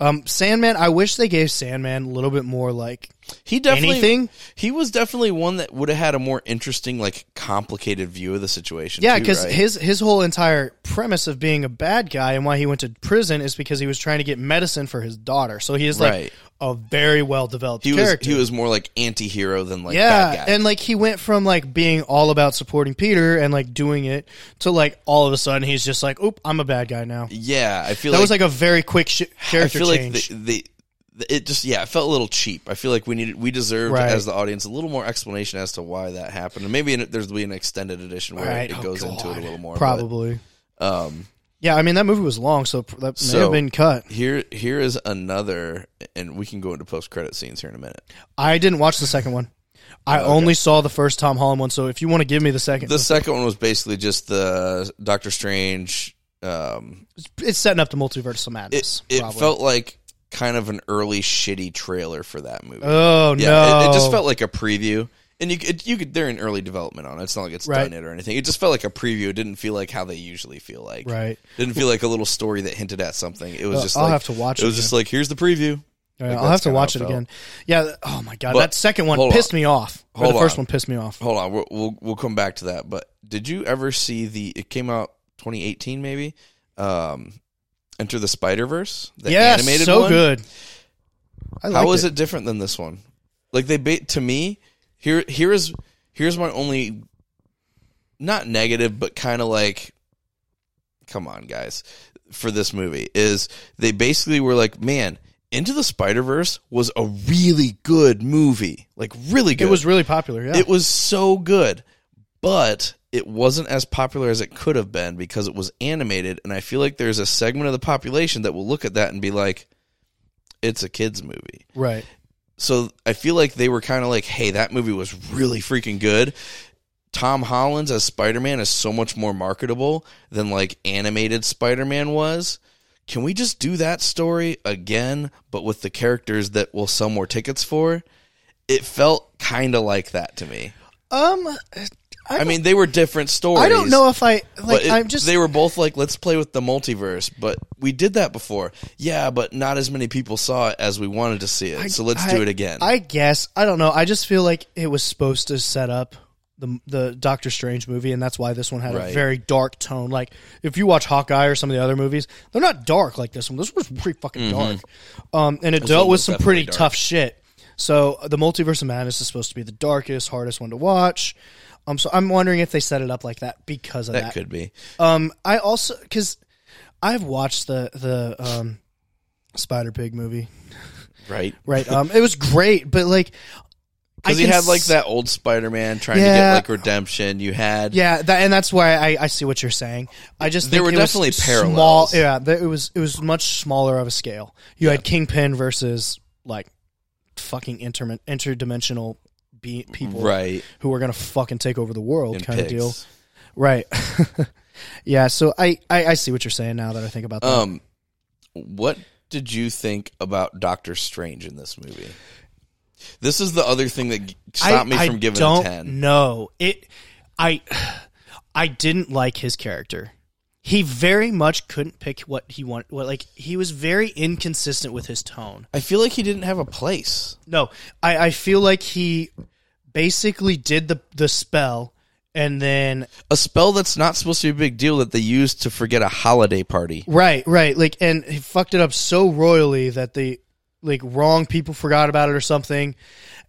Um, Sandman. I wish they gave Sandman a little bit more like He definitely anything. He was definitely one that would have had a more interesting, like complicated view of the situation. Yeah, too, because right? his his whole entire premise of being a bad guy and why he went to prison is because he was trying to get medicine for his daughter. So he is like Right. a very well developed he was character. he was more like anti-hero than like yeah, bad guy. and like he went from like being all about supporting Peter and like doing it to like all of a sudden he's just like, "Oop, I'm a bad guy now." yeah, I feel That like, was like a very quick sh- I character feel change. like the, the, the- it just yeah, it felt a little cheap. I feel like we needed we deserved Right. as the audience a little more explanation as to why that happened, and maybe in, there's be an extended edition where Right, it oh goes into it a God. little more. but, Probably. um, Yeah, I mean that movie was long, so pr- that may have So- been cut. here here is another, and we can go into post credit scenes here in a minute. I didn't watch the second one. I only saw the first Tom Holland one, so if you want to give me the second, The second one was basically just the Doctor Strange. Um, it's setting up the multiverse of madness. it, it probably. felt like kind of an early shitty trailer for that movie. Oh yeah, no! it, it just felt like a preview. And you it, you could they're in early development on it. It's not like it's Right. done it or anything. It just felt like a preview. It didn't feel like how they usually feel like. Right. Didn't feel like a little story that hinted at something. It was Well, just I'll like, have to watch It was it just like here's the preview. Yeah, Like, I'll have that's to kinda watch it how it again. Yeah. th- Oh my god, But- that second one hold pissed me off. Or Hold the first on. one pissed me off. Hold on, we'll, we'll we'll come back to that. But did you ever see the? It came out 2018 maybe. Um, Enter the Spider Verse. Yeah, so good. I liked How is it different than this one? Like they ba- to me here here is here's my only not negative but kind of like come on guys for this movie is they basically were like man Into the Spider-Verse was a really good movie. Like really It good. was really popular. Yeah. It was so good, but it wasn't as popular as it could have been because it was animated. And I feel like there's a segment of the population that will look at that and be like, it's a kid's movie. right. So I feel like they were kind of like, hey, that movie was really freaking good. Tom Holland's as Spider Man is so much more marketable than like animated Spider Man was. Can we just do that story again, but with the characters that we'll sell more tickets for? It felt kind of like that to me. Um I, I mean, they were different stories. I don't know if I like but it- I'm just they were both like, let's play with the multiverse, but we did that before. Yeah, but not as many people saw it as we wanted to see it. so let's I- do it again. I guess I don't know. I just feel like it was supposed to set up the the Doctor Strange movie, and that's why this one had a Right. very dark tone. Like if you watch Hawkeye or some of the other movies, they're not dark like this one. This one's pretty fucking dark, um, and it dealt Mm-hmm. one with was some definitely pretty dark. tough shit. So the Multiverse of Madness is supposed to be the darkest, hardest one to watch. Um, so I'm wondering if they set it up like that because of that. that could be. Um, I also because I've watched the the um, Spider Pig movie. Right. Right. Um, it was great, but like, I Because he can had like s- that old Spider Man trying to Yeah. get like redemption. You had Yeah, that, and that's why I, I see what you're saying. I just There think were it was definitely Small, parallels. yeah, there, it was it was much smaller of a scale. You had Kingpin versus like fucking intermin- interdimensional be- people right who were gonna fucking take over the world and kind pigs. of deal. Right. (laughs) yeah. So I, I I see what you're saying now that I think about that. Um, what did you think about Doctor Strange in this movie? This is the other thing that g- stopped me from giving don't a ten. No, it. I I didn't like his character. He very much couldn't pick what he wanted. What like he was very inconsistent with his tone. I feel like he didn't have a place. No, I I feel like he basically did the the spell and then A spell that's not supposed to be a big deal that they used to forget a holiday party. right right like and he fucked it up so royally that the like wrong people forgot about it or something.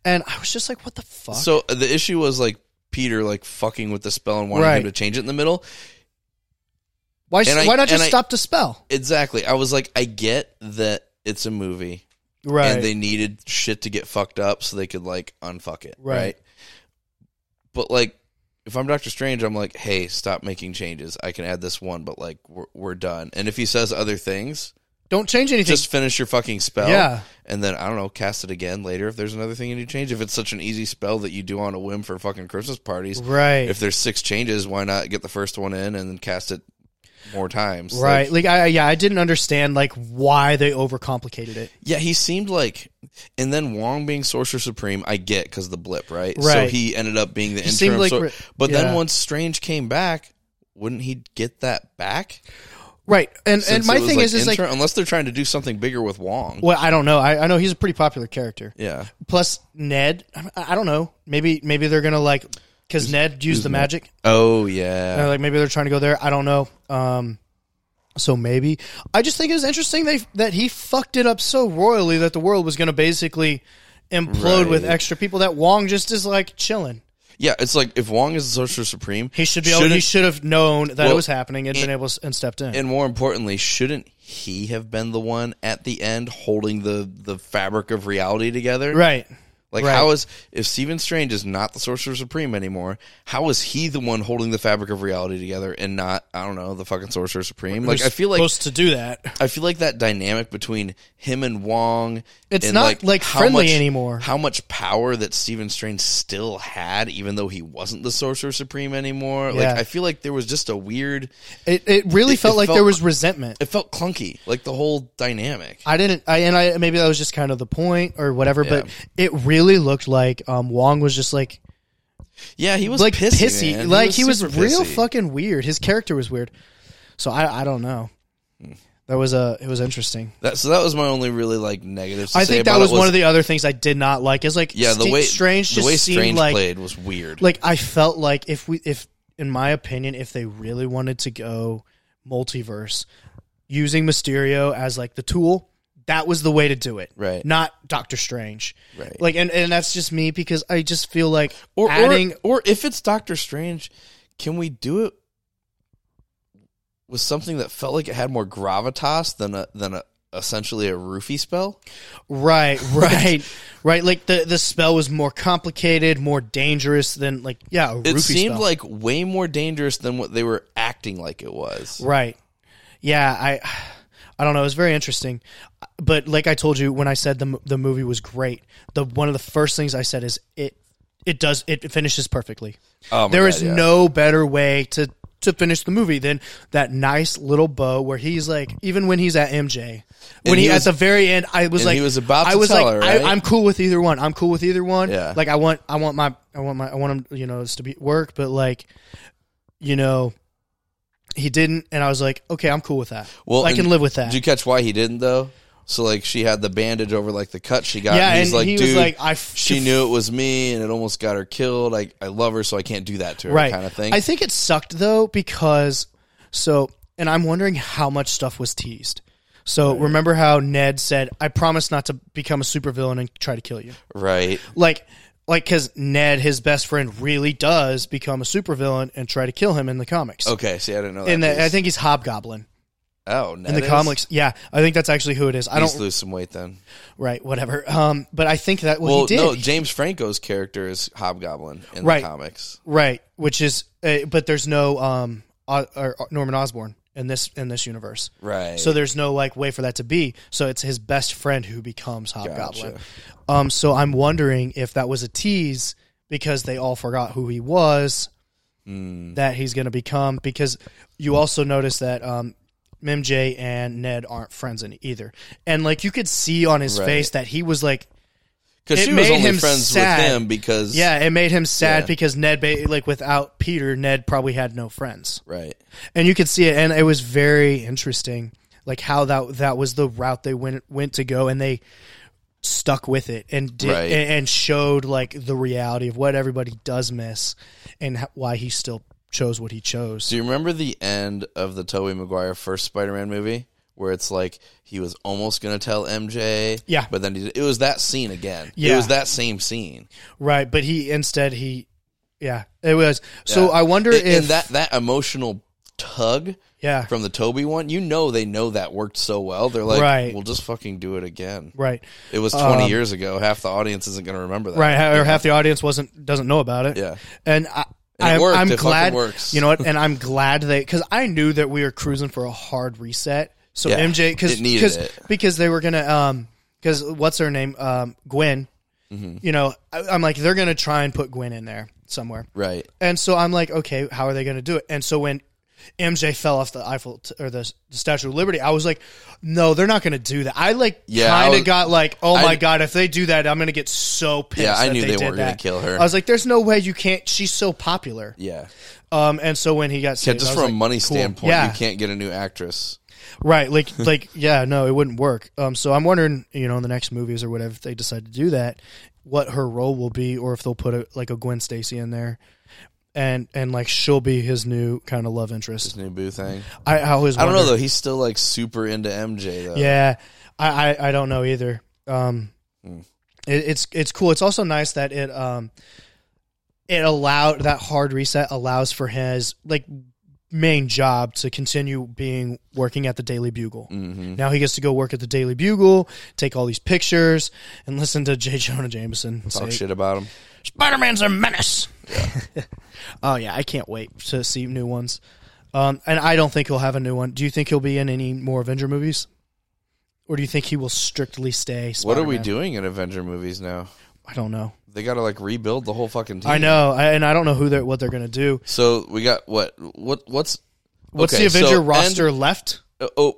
And I was just like, what the fuck? So uh, the issue was like Peter like fucking with the spell and wanting Right. him to change it in the middle. why and I- why not and just I- stop the spell? Exactly. I was like, I get that it's a movie. Right. and they needed shit to get fucked up so they could like unfuck it, Right. right? But like, if I'm Doctor Strange, I'm like, hey, stop making changes. I can add this one, but like, we're, we're done. And if he says other things, Don't change anything. just finish your fucking spell, Yeah. And then I don't know, cast it again later if there's another thing you need to change. If it's such an easy spell that you do on a whim for fucking Christmas parties, right. if there's six changes, why not get the first one in and then cast it more times? Like, Right. Like, I I- yeah, I didn't understand like why they overcomplicated it. Yeah, he seemed like, and then Wong being Sorcerer Supreme, I get because the blip, right? So Right. he ended up being the seemed interim. like sor- re- but yeah. then once Strange came back, wouldn't he get that back? Right. And and Since my it was, thing is is like interim- unless they're trying to do something bigger with Wong. well, I don't know. I, I know he's a pretty popular character. Yeah, Plus Ned, I, I don't know. Maybe maybe they're going to like cuz Ned used the magic. Oh yeah. And, like maybe they're trying to go there. I don't know. Um so maybe I just think it was interesting they that he fucked it up so royally that the world was going to basically implode with Right. extra people that Wong just is like chilling. Yeah, it's like if Wong is the Sorcerer Supreme, He should be able, he shouldn't- should have known that it Well, was happening and, been able s- and stepped in. and more importantly, shouldn't he have been the one at the end holding the the fabric of reality together? right. Like Right. how is if Stephen Strange is not the Sorcerer Supreme anymore, how is he the one holding the fabric of reality together and not I don't know the fucking Sorcerer Supreme? Like They're I feel like supposed to do that. I feel like that dynamic between him and Wong, It's and, not, like, how friendly much- anymore. How much power that Stephen Strange still had, even though he wasn't the Sorcerer Supreme anymore? Yeah. Like I feel like there was just a weird. It it really felt it like felt- there was resentment. It felt clunky, like the whole dynamic. I didn't. I and I maybe that was just kind of the point or whatever. But it really looked like um, Wong was just like Yeah, he was like pissy, pissy. man. Like he was, super real pissy. fucking weird. His character was weird. So I I don't know. That was a it was interesting. That, so that was my only really like negative. to I say think about that it was, one of the other things I did not like. Is like yeah the Ste- way Strange the just way seemed Strange like played was weird. like I felt like if we if in my opinion if they really wanted to go multiverse using Mysterio as like the tool that was the way to do it Right. not Doctor Strange Right. like and and that's just me because I just feel like or, adding or or if it's Doctor Strange, can we do it with something that felt like it had more gravitas than a than a essentially a roofie spell? (laughs) right right right like the the spell was more complicated more dangerous than like yeah a It Rufi seemed spell. like way more dangerous than what they were acting like it was. Right. Yeah, I I don't know, it was very interesting. But like I told you when I said the m- the movie was great, the one of the first things I said is it it does it finishes perfectly. Oh my There God, is yeah. no better way to to finish the movie than that nice little bow where he's like even when he's at MJ when And he, he at was- the very end I was and like he was about I to was tell like her, I, right? I'm cool with either one I'm cool with either one Yeah. like I want I want my I want my I want him you know this to be work but like you know he didn't and I was like okay I'm cool with that Well, I can and live with that Did you catch why he didn't though? So like she had the bandage over like the cut she got. and yeah and uh, he's like, he dude, was like I f- she knew it was me, and it almost got her killed. I I love her, so I can't do that to her, right kind of thing. I think it sucked though because so and I'm wondering how much stuff was teased. So remember how Ned said, "I promise not to become a supervillain and try to kill you." right. Like like cuz Ned his best friend really does become a supervillain and try to kill him in the comics. Okay. See, I didn't know that. And the, I piece. think he's Hobgoblin oh, Ned in the is? comics. Yeah, I think that's actually who it is. I He's don't lose some weight then. right, whatever. Um but I think that well, Well, he did. no, James Franco's character is Hobgoblin in Right. the comics. Right, which is, uh, but there's no um O- or Norman Osborn in this in this universe. Right. So there's no like way for that to be. So it's his best friend who becomes Hobgoblin. Gotcha. Um. So I'm wondering if that was a tease because they all forgot who he was, Hmm. that he's going to become. Because you also notice that um, MJ and Ned aren't friends in either, and like you could see on his Right. face that he was like Because it she was made only him friends sad. with him because yeah, it made him sad Yeah. because Ned, ba- like, without Peter, Ned probably had no friends, Right. and you could see it, and it was very interesting, like how that that was the route they went went to go, and they stuck with it and did Right. and, and showed like the reality of what everybody does miss, and h- why he still chose what he chose. Do you remember the end of the Tobey Maguire first Spider-Man movie where it's like he was almost gonna tell MJ, Yeah. but then he, it was that scene again. Yeah. it was that same scene. Right, but he instead he, yeah, it was. So Yeah. I wonder And- if and that that emotional tug yeah, from the Toby one, you know, they know that worked so well. They're like, Right. we'll just fucking do it again. right, It was twenty years ago. Half the audience isn't gonna remember that. Um, right, ha- or half the audience wasn't doesn't know about it. Yeah. and I, And it I, worked. I'm It fucking glad. works. You know what? And I'm glad they because I knew that we were cruising for a hard reset. So Yeah, MJ because it needed it. because they were gonna um because what's her name um Gwen, Mm-hmm. you know I, I'm like they're gonna try and put Gwen in there somewhere, Right. and so I'm like okay how are they gonna do it? And so when MJ fell off the Eiffel t- or the, the Statue of Liberty, I was like no they're not gonna do that. I like Yeah, I kind of was- got like oh I- my god if they do that I'm gonna get so pissed. Yeah, I that knew they did weren't gonna that. kill her. I was like there's no way you can't. She's so popular. Yeah. Um, and so when he got Yeah, saved, I just was from a like, money cool. standpoint, yeah, you can't get a new actress. (laughs) right, like like yeah, no, it wouldn't work. Um, so I'm wondering, you know, in the next movies or whatever, if they decide to do that, what her role will be, or if they'll put a, like a Gwen Stacy in there, and and like she'll be his new kind of love interest. New boo thing. I, I always I don't know wonder- though. He's still like super into MJ though. Yeah, I, I I don't know either. Um, Hmm. it, it's it's cool. It's also nice that it um, it allowed that hard reset allows for his like main job to continue being working at the Daily Bugle. Mm-hmm. Now he gets to go work at the Daily Bugle, take all these pictures, and listen to J. Jonah Jameson Talk say, Oh, shit about him. Spider Man's a menace. (laughs) oh yeah, I can't wait to see new ones. Um, and I don't think he'll have a new one. Do you think he'll be in any more Avenger movies, or do you think he will strictly stay? What are we Spider-Man? doing in Avenger movies now? I don't know. They got to like rebuild the whole fucking team. I know, I, and I don't know who they're what they're gonna do. So we got what? What? What's? What's okay, the Avenger so end- roster left uh, oh,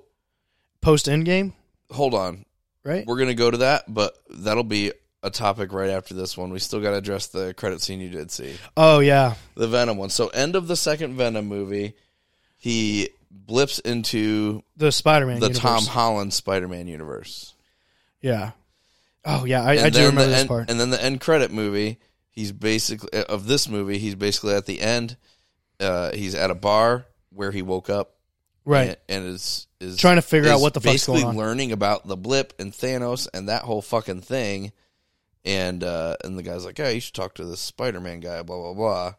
post Endgame? hold on. Right? We're gonna go to that, but that'll be a topic right after this one. We still got to address the credit scene you did see, Oh yeah, the Venom one. So end of the second Venom movie, he blips into the Spider-Man. the universe. Tom Holland Spider-Man universe. Yeah. Oh yeah, I, I And do then remember the this end, part. And then the end credit movie, he's basically of this movie, he's basically at the end. Uh, he's at a bar where he woke up, right. And, and is is Trying to figure out is what the fuck's basically going on. learning about the blip and Thanos and that whole fucking thing. And uh, and the guy's like, "Yeah, you should talk to this Spider Man guy." Blah blah blah.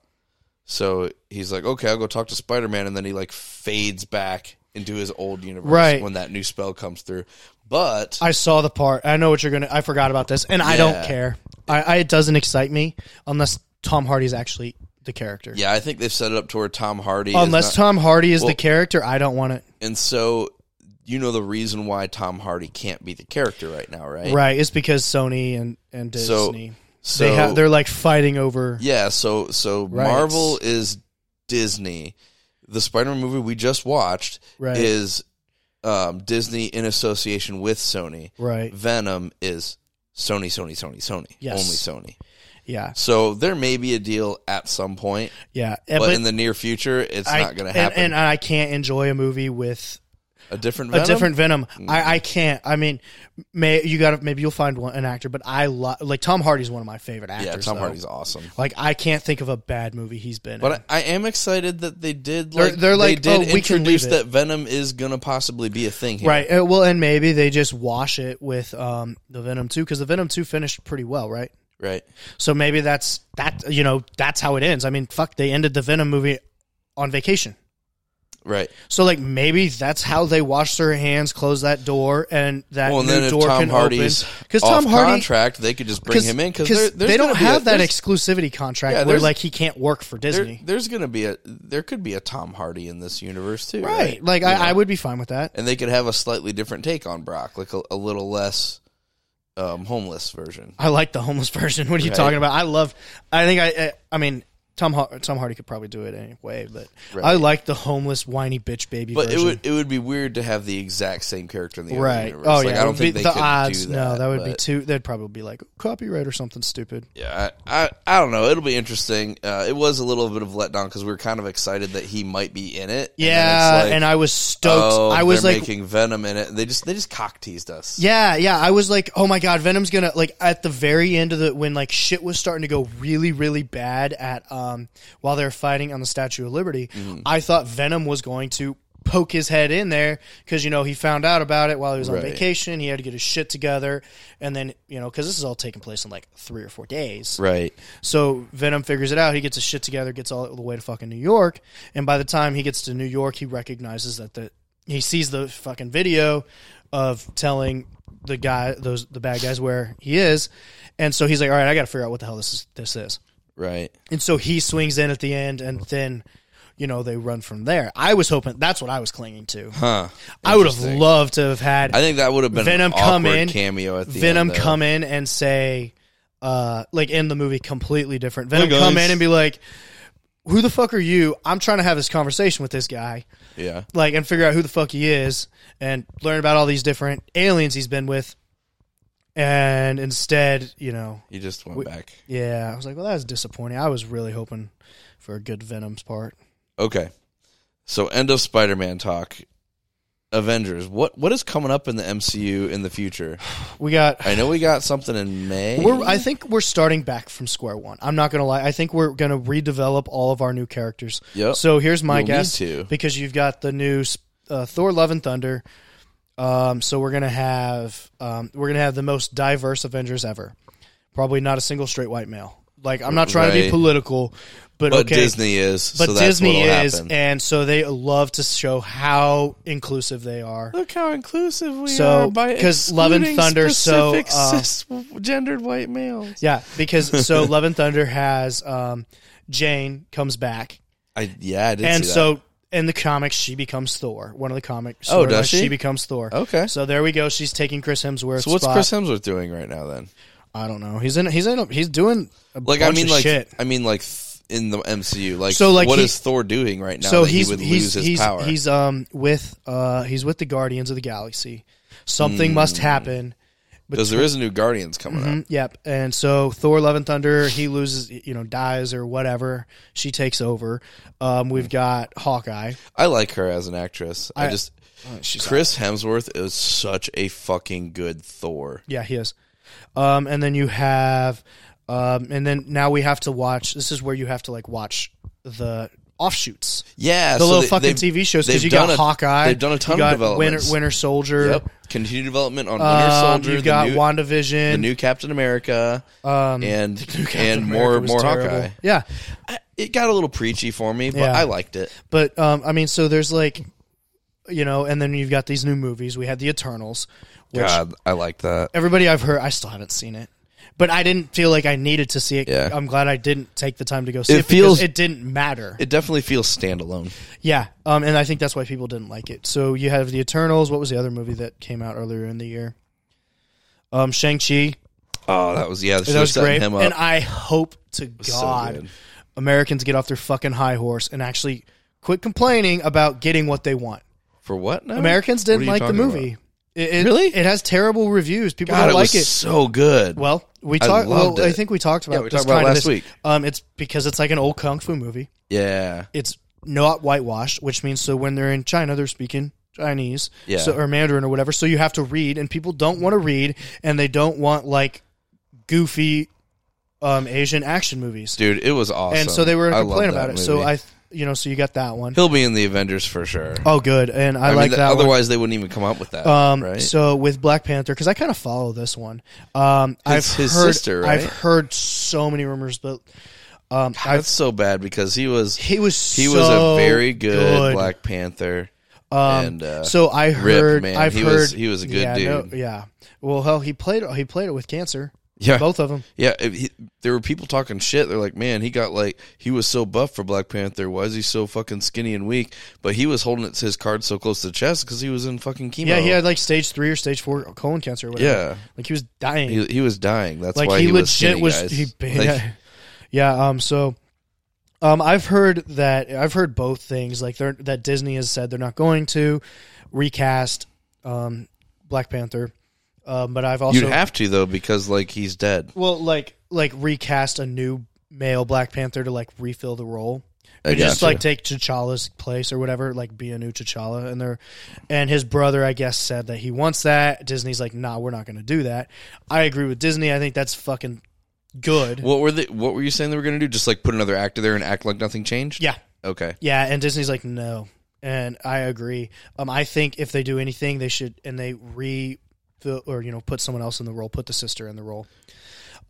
So he's like, "Okay, I'll go talk to Spider Man," and then he like fades back into his old universe Right. when that new spell comes through. But I saw the part. I know what you're gonna. I forgot about this, and I don't Yeah. care. I, I it doesn't excite me unless Tom Hardy's actually the character. yeah, I think they've set it up to where Tom Hardy is unless not- Tom Hardy is Well- the character, I don't want it. And so you know the reason why Tom Hardy can't be the character right now, right? Right? It's because Sony and and So- Disney. So they have. They're like fighting over. yeah. So so Rights. Marvel is Disney. The Spider-Man movie we just watched Right. is um, Disney in association with Sony. Right. Venom is Sony, Sony, Sony, Sony. Yes. Only Sony. Yeah. So there may be a deal at some point, Yeah. but, And- in the near future, it's I- not going and- to happen. And, I can't enjoy a movie with a different a Venom. Mm. different Venom. I, I can't. I mean, may you got to maybe you'll find one an actor, but I lo- like Tom Hardy's one of my favorite actors. yeah, Tom though. Hardy's awesome. Like I can't think of a bad movie he's been. in. But I, I am excited that they did. They're- Like, they're like, they "Oh, did we can leave introduce it." that Venom is gonna possibly be a thing here. Right. uh, Well, and maybe they just wash it with um, the Venom Two because the Venom Two finished pretty well, right? right. So maybe that's that. You know, that's how it ends. I mean, fuck, they ended the Venom movie on vacation. Right. So like maybe that's how they wash their hands, close that door, and that Well, and new then if door Tom can Hardy's open. because Tom Hardy contract, they could just bring him in because they don't have that exclusivity contract Yeah, where there's- like he can't work for there, Disney. there's gonna be a there could be a Tom Hardy in this universe too. right. Like You know? I, I would be fine with that. and they could have a slightly different take on Brock, like a, a little less um, homeless version. I like the homeless (laughs) person. What are you Right. talking about? I love. I think I. I, I mean, Tom Har- Tom Hardy could probably do it anyway, but Right. I like the homeless whiny bitch baby. But version. it would it would be weird to have the exact same character in the other right. universe. Oh Like, yeah. I it don't would think be- they the could odds. do no, that would be but- too. They'd probably be like copyright or something stupid. Yeah, I, I I don't know. It'll be interesting. Uh, it was a little bit of a letdown because we were kind of excited that he might be in it. Yeah, and, then it's like, and I was stoked. oh, I was they're like, making Venom in it. They just they just cock teased us. yeah, yeah. I was like, oh my god, Venom's gonna like at the very end of the when like shit was starting to go really really bad at um while they were fighting on the Statue of Liberty. I thought Venom was going to poke his head in there because you know he found out about it while he was on Right. vacation. He had to get his shit together, and then you know because this is all taking place in like three or four days. Right. So Venom figures it out. He gets his shit together, gets all the way to fucking New York, and by the time he gets to New York, he recognizes that the he sees the fucking video of telling the guy those the bad guys where he is, and so he's like, all right, I got to figure out what the hell this is. This is, Right. and so he swings in at the end, and then. You know they run from there. I was hoping that's what I was clinging to. Huh. I would have Interesting. loved to have had I think that would have been Venom Venom an come awkward in, cameo at the Venom end, though. come in and say, uh, like in the movie, completely different. Venom Hey, come guys. in and be like, "Who the fuck are you? I'm trying to have this conversation with this guy, Yeah. like, and figure out who the fuck he is, and learn about all these different aliens he's been with." And instead, you know, He just went back. yeah, I was like, "Well, that's disappointing." I was really hoping for a good Venom's part. Okay. So end of Spider Man talk. Avengers. What what is coming up in the MCU in the future? We got I know we got something in May. We're, I think we're starting back from square one. I'm not gonna lie. I think we're gonna redevelop all of our new characters. Yep. So here's my You'll need guess to. because you've got the new uh, Thor: Love and Thunder. Um, so we're gonna have um, we're gonna have the most diverse Avengers ever. Probably not a single straight white male. Like I'm not trying to be Right. political, but, but okay. Disney is. but so that's Disney what'll is, happen. and so they love to show how inclusive they are. Look how inclusive we So, 'cause Love and excluding Thunder, so, specific uh, cis-gendered white males. Yeah, (laughs) because so Love and Thunder has um, Jane comes back I, yeah, I did. and see so in the comics she becomes thor one of the comics Oh, does storylines, she? becomes thor that. okay. So, so there we go she's taking chris hemsworth's what's spot. Chris Hemsworth doing right now then? i don't know he's in he's in he's doing a Like, bunch I mean, of like, shit I mean, like th- in the MCU, like, So, like, what he- is Thor doing right now? so that he's he would he's lose his he's, power. he's Hmm. um with uh he's with the guardians of the galaxy something must happen because there is a new Guardians coming out. Mhm, Yep. And so Thor: Love and Thunder, he loses, you know, dies or whatever. She takes over. Um, Hmm. we've got Hawkeye. I like her as an actress. I, I- oh, just Chris Hemsworth is such a fucking good Thor. Yeah, he is. Um, and then you have, um, and then now we have to watch. This is where you have to like watch the offshoots, Yeah, the little fucking TV shows because you got Hawkeye. They've done a ton you got of developments. Winter, Winter Soldier. Yep, continued development on Um, Winter Soldier. you've got the, new, WandaVision. the new Captain America, um, and Captain and America more was more terrible. Hawkeye. Yeah, I- It got a little preachy for me, but Yeah. I liked it. But um, I mean, so there's like, you know, and then you've got these new movies. We had the Eternals, which God, I liked that. everybody I've heard, I still haven't seen it, but I didn't feel like I needed to see it. Yeah. I'm glad I didn't take the time to go see It it, feels- because it didn't matter. It definitely feels standalone. yeah, um, and I think that's why people didn't like it. So you have the Eternals. What was the other movie that came out earlier in the year? Um, Shang Chi. Oh, that was yeah. They should That have was set great, him up. and I hope to so God good. Americans get off their fucking high horse and actually quit complaining about getting what they want. for what? now? Americans What are didn't you like the talking movie. It, it- Really? It has terrible reviews. People God, don't it like was it. so good. Well, we I talked. loved Well, I it. think we talked about. we this talked about kind of last this. week. Um, it's because it's like an old kung fu movie. yeah, It's not whitewashed, which means so when they're in China, they're speaking Chinese, Yeah. so, or Mandarin or whatever. So you have to read, and people don't want to read, and they don't want like goofy um, Asian action movies, dude, it was awesome. and so they were I gonna loved complain that about it. So movie. I, th- you know, so you got that one. he'll be in the Avengers for sure. Oh, good, and I, I mean, like th- that. one. Otherwise, they wouldn't even come up with that. Um, right? So with Black Panther, because I kind of follow this one. Um, I've his heard, sister, right? I've heard so many rumors, but um, I, That's so bad because he was he, he was so was a very good, good. Black Panther. Um, and uh, So I heard, man. I've He heard was- he was a good yeah, dude. yeah. Well, hell, he played he played it (laughs) with cancer. yeah, Both of them. yeah. if he- there were people talking shit. They're like, man, he got like he was so buff for Black Panther. Why is he so fucking skinny and weak? But he was holding it, his card so close to the chest because he was in fucking chemo. Yeah, he had like stage three or stage four colon cancer. Or whatever. Oh. yeah. like he was dying. He, he was dying. That's like why he, he, legit was. was, skinny, he, (laughs) guys. Like, yeah. yeah um so um i've heard that i've heard both things like they're that disney has said they're not going to recast um black panther um but i've also You'd have to though because like he's dead. well like like recast a new male black panther to like refill the role I Or just gotcha. like take T'Challa's place or whatever, like be a new T'Challa, and they're and his brother, I guess, said that he wants that. Disney's like, nah, we're not going to do that. I agree with Disney. I think that's fucking good. What were they? What were you saying they were going to do? Just like put another actor there and act like nothing changed? yeah, Okay. Yeah, and Disney's like, no. And I agree. Um, I think if they do anything, they should and they re or you know put someone else in the role, put the sister in the role.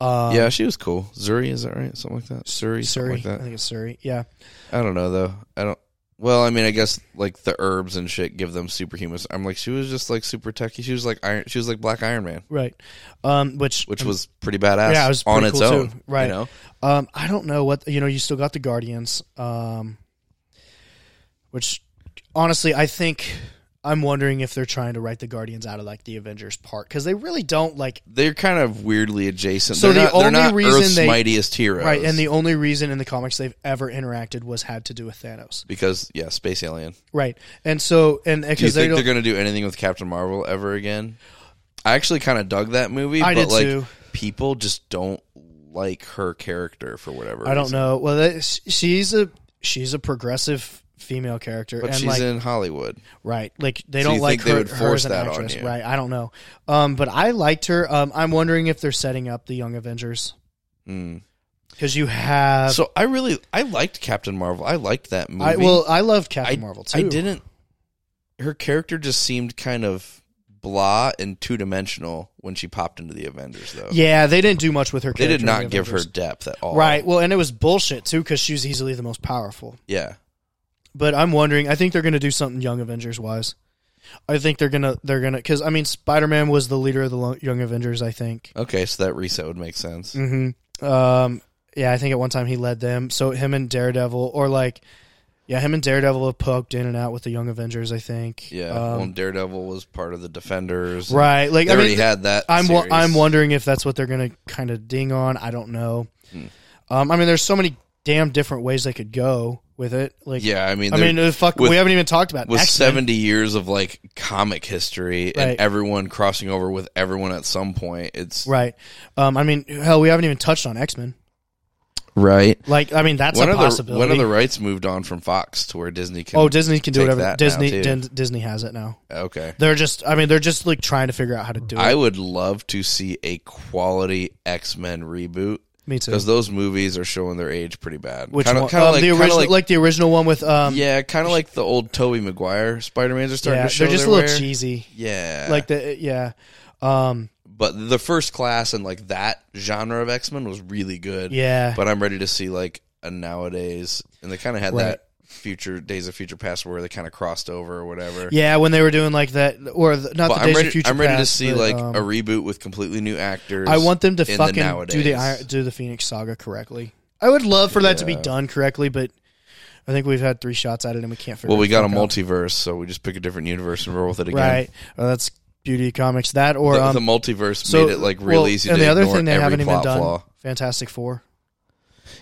Um, yeah, she was cool. Zuri, is that right? Something like that. Suri, Surrey. something I like think it's Surrey. Yeah, that. I don't know though. I don't. Well, I mean, I guess like the herbs and shit give them superhumans. I'm like, she was just like super techy. She was like iron. She was like Black Iron Man, right. Um, which which was pretty badass. Yeah, it was on pretty its cool, own, too. Right. You know, um, I don't know what you know. You still got the Guardians. Um, which honestly, I think I'm wondering if they're trying to write the Guardians out of like the Avengers part because they really don't like they're kind of weirdly adjacent. So they're the not, they're only not reason Earth's they- mightiest heroes, right. And the only reason in the comics they've ever interacted was had to do with Thanos. because yeah, space alien. Right. And so, and Do you because they think don't, they're going to do anything with Captain Marvel ever again? I actually kind of dug that movie, I but did like too. people just don't like her character for whatever. I don't reason. know. Well, that, she's a she's a progressive female character, But and she's like in Hollywood. right, like they So don't you like think they her, would her force as an that on actress, you? right? I don't know. Um, but I liked her. Um, I'm wondering if they're setting up the Young Avengers Mm. because you have. So I really I liked Captain Marvel. I liked that movie. I well, I love Captain I- Marvel too. I didn't. Her character just seemed kind of blah and two dimensional when she popped into the Avengers, though. Yeah, they didn't do much with her. they character did in not the give her Avengers. depth at all. right. Well, and it was bullshit too because she was easily the most powerful. Yeah. but I'm wondering. I think they're going to do something Young Avengers wise. I think they're gonna they're gonna because I mean Spider Man was the leader of the Lo- Young Avengers. I think. Okay, so that reset would make sense. hmm Um. Yeah, I think at one time he led them. So him and Daredevil, or like, yeah, him and Daredevil have poked in and out with the Young Avengers. I think. Yeah. Um, well, Daredevil was part of the Defenders. right. Like They I already mean, had that. I'm wa- series. Hmm. I'm wondering if that's what they're gonna kind of ding on. I don't know. Um. I mean, there's so many damn different ways they could go with it. Like, yeah, I mean, I there mean, uh, fuck, with- we haven't even talked about was X-Men. seventy years of like comic history and Right. everyone crossing over with everyone at some point. It's Right. Um, I mean, hell, we haven't even touched on X Men. right. Like, I mean, that's When a are, the, possibility. when are the rights moved on from Fox to where Disney can? oh, Disney can do take whatever. that now, Disney too? Din- Disney has it now. okay. They're just, I mean, they're just like trying to figure out how to do it. I would love to see a quality X Men reboot Me too. because those movies are showing their age pretty bad. Which kinda, one? Kinda um, like, the kinda original, like, like- the original one with um, yeah, yeah, kind of like the old Tobey Maguire Spider Mans are starting to show. they're just a their little wear. cheesy. Yeah, Like the yeah, um, but the first class and like that genre of X Men was really good. yeah, but I'm ready to see like a nowadays, and they kind of had Right. that future Days of Future Past where they kind of crossed over or whatever. yeah. When they were doing like that, or the, not but the I'm Days ready. of Future. I'm ready to Past, see but, like um, a reboot with completely new actors. I want them to in the fucking do the nowadays. Iron- do the Phoenix Saga correctly. I would love for that to be Yeah. done correctly, but I think we've had three shots at it and we can't figure. Well, we it got a out. multiverse, so we just pick a different universe and roll with it again. right. Uh, that's beauty of comics. That or The, um, the multiverse so, made it like real well, easy. And to the other ignore thing they every haven't even plot done: flaw. Fantastic Four.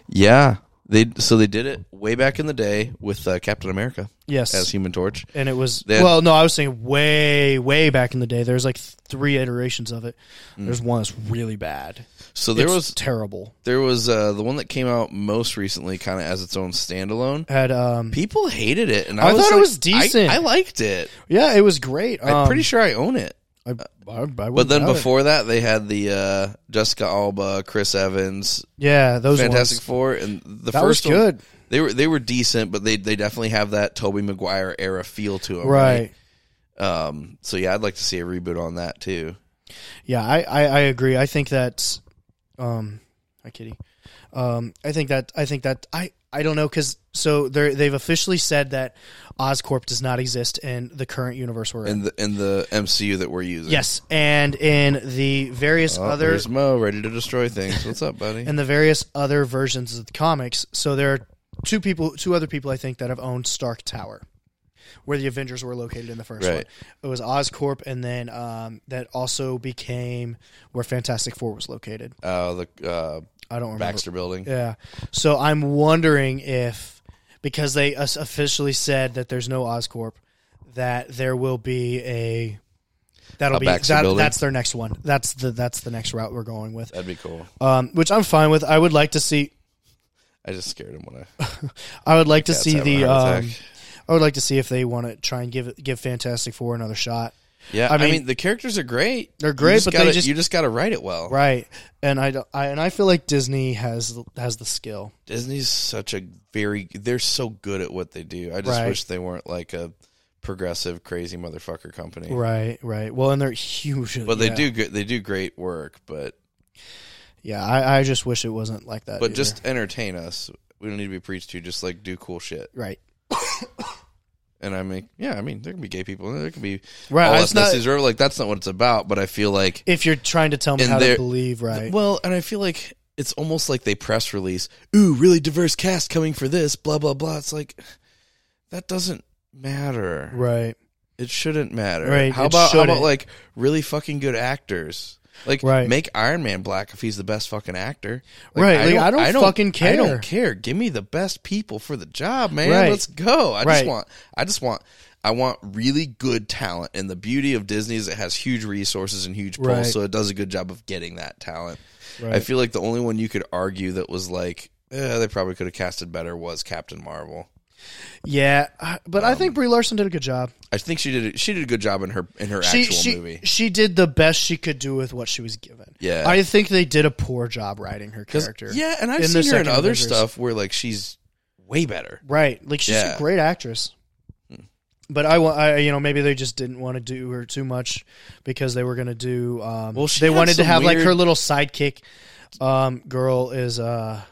Yeah, they so they did it way back in the day with uh, Captain America Yes, as Human Torch. and it was They had- well no i was saying way way back in the day there's like three iterations of it there's one that's really bad So Mm. there It's was terrible there was uh, the one that came out most recently, kind of as its own standalone. had um People hated it, and I I, was thought it like- was decent. I, I liked it. yeah it was great I'm Um, pretty sure I own it. I, I, I But wouldn't then doubt it. before that, they had the uh, Jessica Alba, Chris Evans, yeah those Fantastic ones. Four, and the that was first one- good they were they were decent, but they they definitely have that Toby Maguire era feel to them, right Um, so yeah, I'd like to see a reboot on that too. yeah I, I i agree i think that um hi kitty um i think that i think that i I don't know because so they they've officially said that Oscorp does not exist in the current universe we're in. In the in the MCU that we're using, yes, and in the various Oh, other there's Mo ready to destroy things. What's up, buddy? and the various other versions of the comics. So there are two people, two other people I think that have owned Stark Tower, where the Avengers were located in the first one. Right. It was Oscorp, and then um, that also became where Fantastic Four was located. uh, the uh, I don't remember. Baxter Building. Yeah. So I'm wondering if because they us- officially said that there's no Oscorp, that there will be a that'll A be Baxter that, building? that's their next one. That's the that's the next route we're going with. That'd be cool. Um, which I'm fine with. I would like to see I just scared him when I I would like to Cat's see having the. a heart Um, attack. I would like to see if they want to try and give it- give Fantastic Four another shot. Yeah, I I mean, mean- the characters are great. They're You great, just but they gotta, just- you just got to write it well. Right, and I, don't- I and I feel like Disney has has the skill. Disney's such a very they're so good at what they do. I just Right. wish they weren't like a progressive crazy motherfucker company. Right, right. Well, and they're huge. But they do good. They do great work. But Yeah, I, I just wish it wasn't like that. but either. just entertain us. We don't need to be preached to. Just like do cool shit. right, And I mean, yeah, I mean, there can be gay people. There can be all right. It's not ethnicities. or like that's not what it's about. But I feel like if you're trying to tell me And how to they're- believe. Right. Well, and I feel like it's almost like they press release, ooh, really diverse cast coming for this, blah blah blah. It's like that doesn't matter. Right, It shouldn't matter. Right, How it about how shouldn't. about like really fucking good actors? Like Right. make Iron Man black if he's the best fucking actor. Right, like, I don't fucking I care. don't care. Give me the best people for the job, man. Right. Let's go. I Right. just want I just want I want really good talent. And the beauty of Disney is it has huge resources and huge pulls, Right. so it does a good job of getting that talent. I right, feel like the only one you could argue that was like eh, they probably could have casted better was Captain Marvel. yeah. I- But I Um, think Brie Larson did a good job. I think she did. A, she did a good job in her in her She actual she movie. she did the best she could do with what she was given. Yeah. I think they did a poor job writing her 'Cause- character. Yeah, and I've in the seen her in other second Avengers. stuff where like she's way better. Right. Like she's a Yeah. Hmm. great actress. But I, wa- I, you know, maybe they just didn't want to do her too much because they were going to do. Um, Well, she they had wanted to some have like weird- her little sidekick um, girl is uh,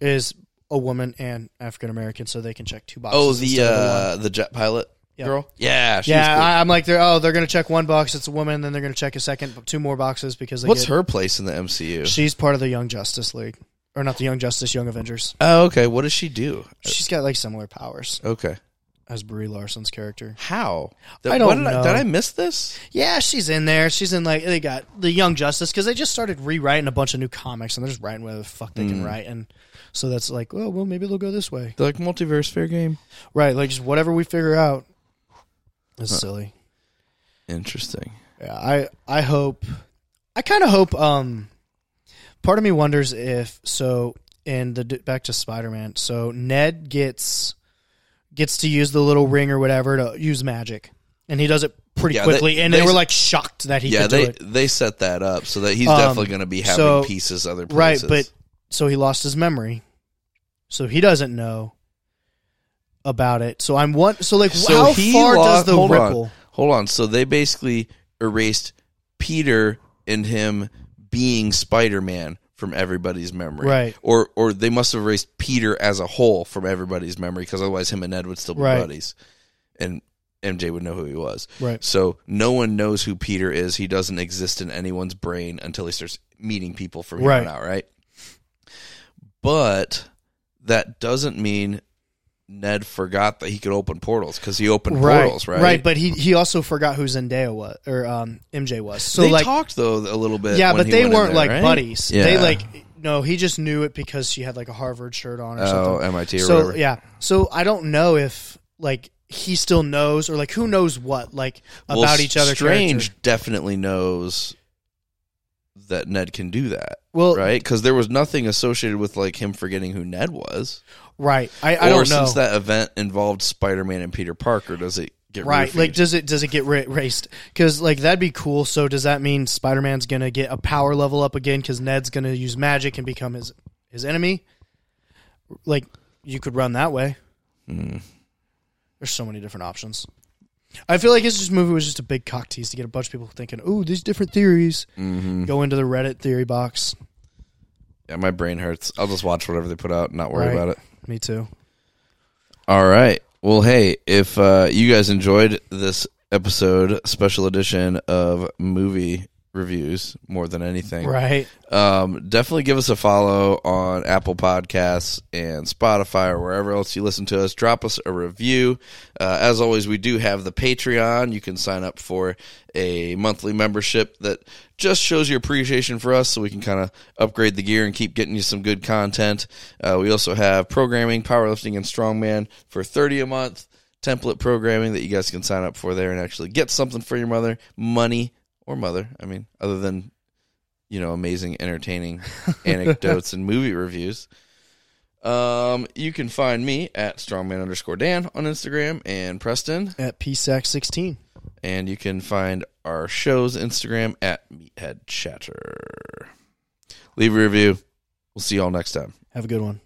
is a woman and African American, so they can check two boxes. Oh, the instead of one. uh, the jet pilot Yeah. girl. Yeah, she was yeah, cool. I, I'm like they're oh they're going to check one box. It's a woman, then they're going to check a second, two more boxes because they What's get- her place in the MCU? She's part of the Young Justice League, or not the Young Justice, Young Avengers. oh, okay. What does she do? She's got like similar powers. Okay, as Brie Larson's character. How? That- I don't why did know. I, did I miss this? Yeah, she's in there. She's in like they got the Young Justice because they just started rewriting a bunch of new comics and they're just writing whatever the fuck they Mm. can write, and so that's like, oh well, maybe they'll go this way, They're like multiverse fair game. right? Like just whatever we figure out. It's silly. Interesting. Yeah, I I hope I kind of hope um part of me wonders if so in the back to Spider-Man. So Ned gets gets to use the little ring or whatever to use magic and he does it pretty Yeah, they- quickly and they, they- were like shocked that he yeah, could they do it. they set that up so that he's Um, definitely going to be having so- pieces other Right, places. but so he lost his memory. So he doesn't know about it. So I'm one so like so how he far lo- does the hold ripple? On, hold on. So they basically erased Peter and him being Spider-Man from everybody's memory. Right. Or or they must have erased Peter as a whole from everybody's memory because otherwise him and Ned would still be Right. buddies. And MJ would know who he was. Right. So no one knows who Peter is. He doesn't exist in anyone's brain until he starts meeting people from here Right. on out, right? But that doesn't mean Ned forgot that he could open portals because he opened portals, right? Right, but he he also forgot who Zendaya was or um, MJ was. So they like talked though a little bit. yeah, when but he they went in weren't there, like right? buddies. They Yeah. like no, he just knew it because she had like a Harvard shirt on or oh something. MIT or so whatever. yeah, so I don't know if like he still knows or like who knows what like Well, about each other. Strange character. definitely knows that Ned can do that, Well, right, right? Because there was nothing associated with like him forgetting who Ned was. I, I or don't know. since that event involved Spider-Man and Peter Parker, does it get Right, roofied? like does it does it get ra- raced? Because like that'd be cool. So does that mean Spider Man's gonna get a power level up again? Because Ned's gonna use magic and become his his enemy. Like you could run that way. Hmm. There's so many different options. I feel like this just movie was just a big cock tease to get a bunch of people thinking, "Ooh, these different theories." Mm-hmm. Go into the Reddit theory box. yeah, my brain hurts. I'll just watch whatever they put out and not worry Right. about it. Me too. All right. Well, hey, if uh, you guys enjoyed this episode, special edition of movie reviews more than anything, (laughs) Right. um, definitely give us a follow on Apple Podcasts and Spotify or wherever else you listen to us. Drop us a review. Uh, as always, we do have the Patreon. You can sign up for a monthly membership that just shows your appreciation for us so we can kind of upgrade the gear and keep getting you some good content. Uh, we also have programming, powerlifting, and strongman for 30 a month. Template programming that you guys can sign up for there and actually get something for your mother, money or mother. I mean, other than you know, amazing, entertaining anecdotes and movie reviews. Um, you can find me at strongman underscore Dan on Instagram and Preston, At PSAC 16. and you can find our show's Instagram at Meathead Chatter. Leave a review. We'll see y'all next time. Have a good one.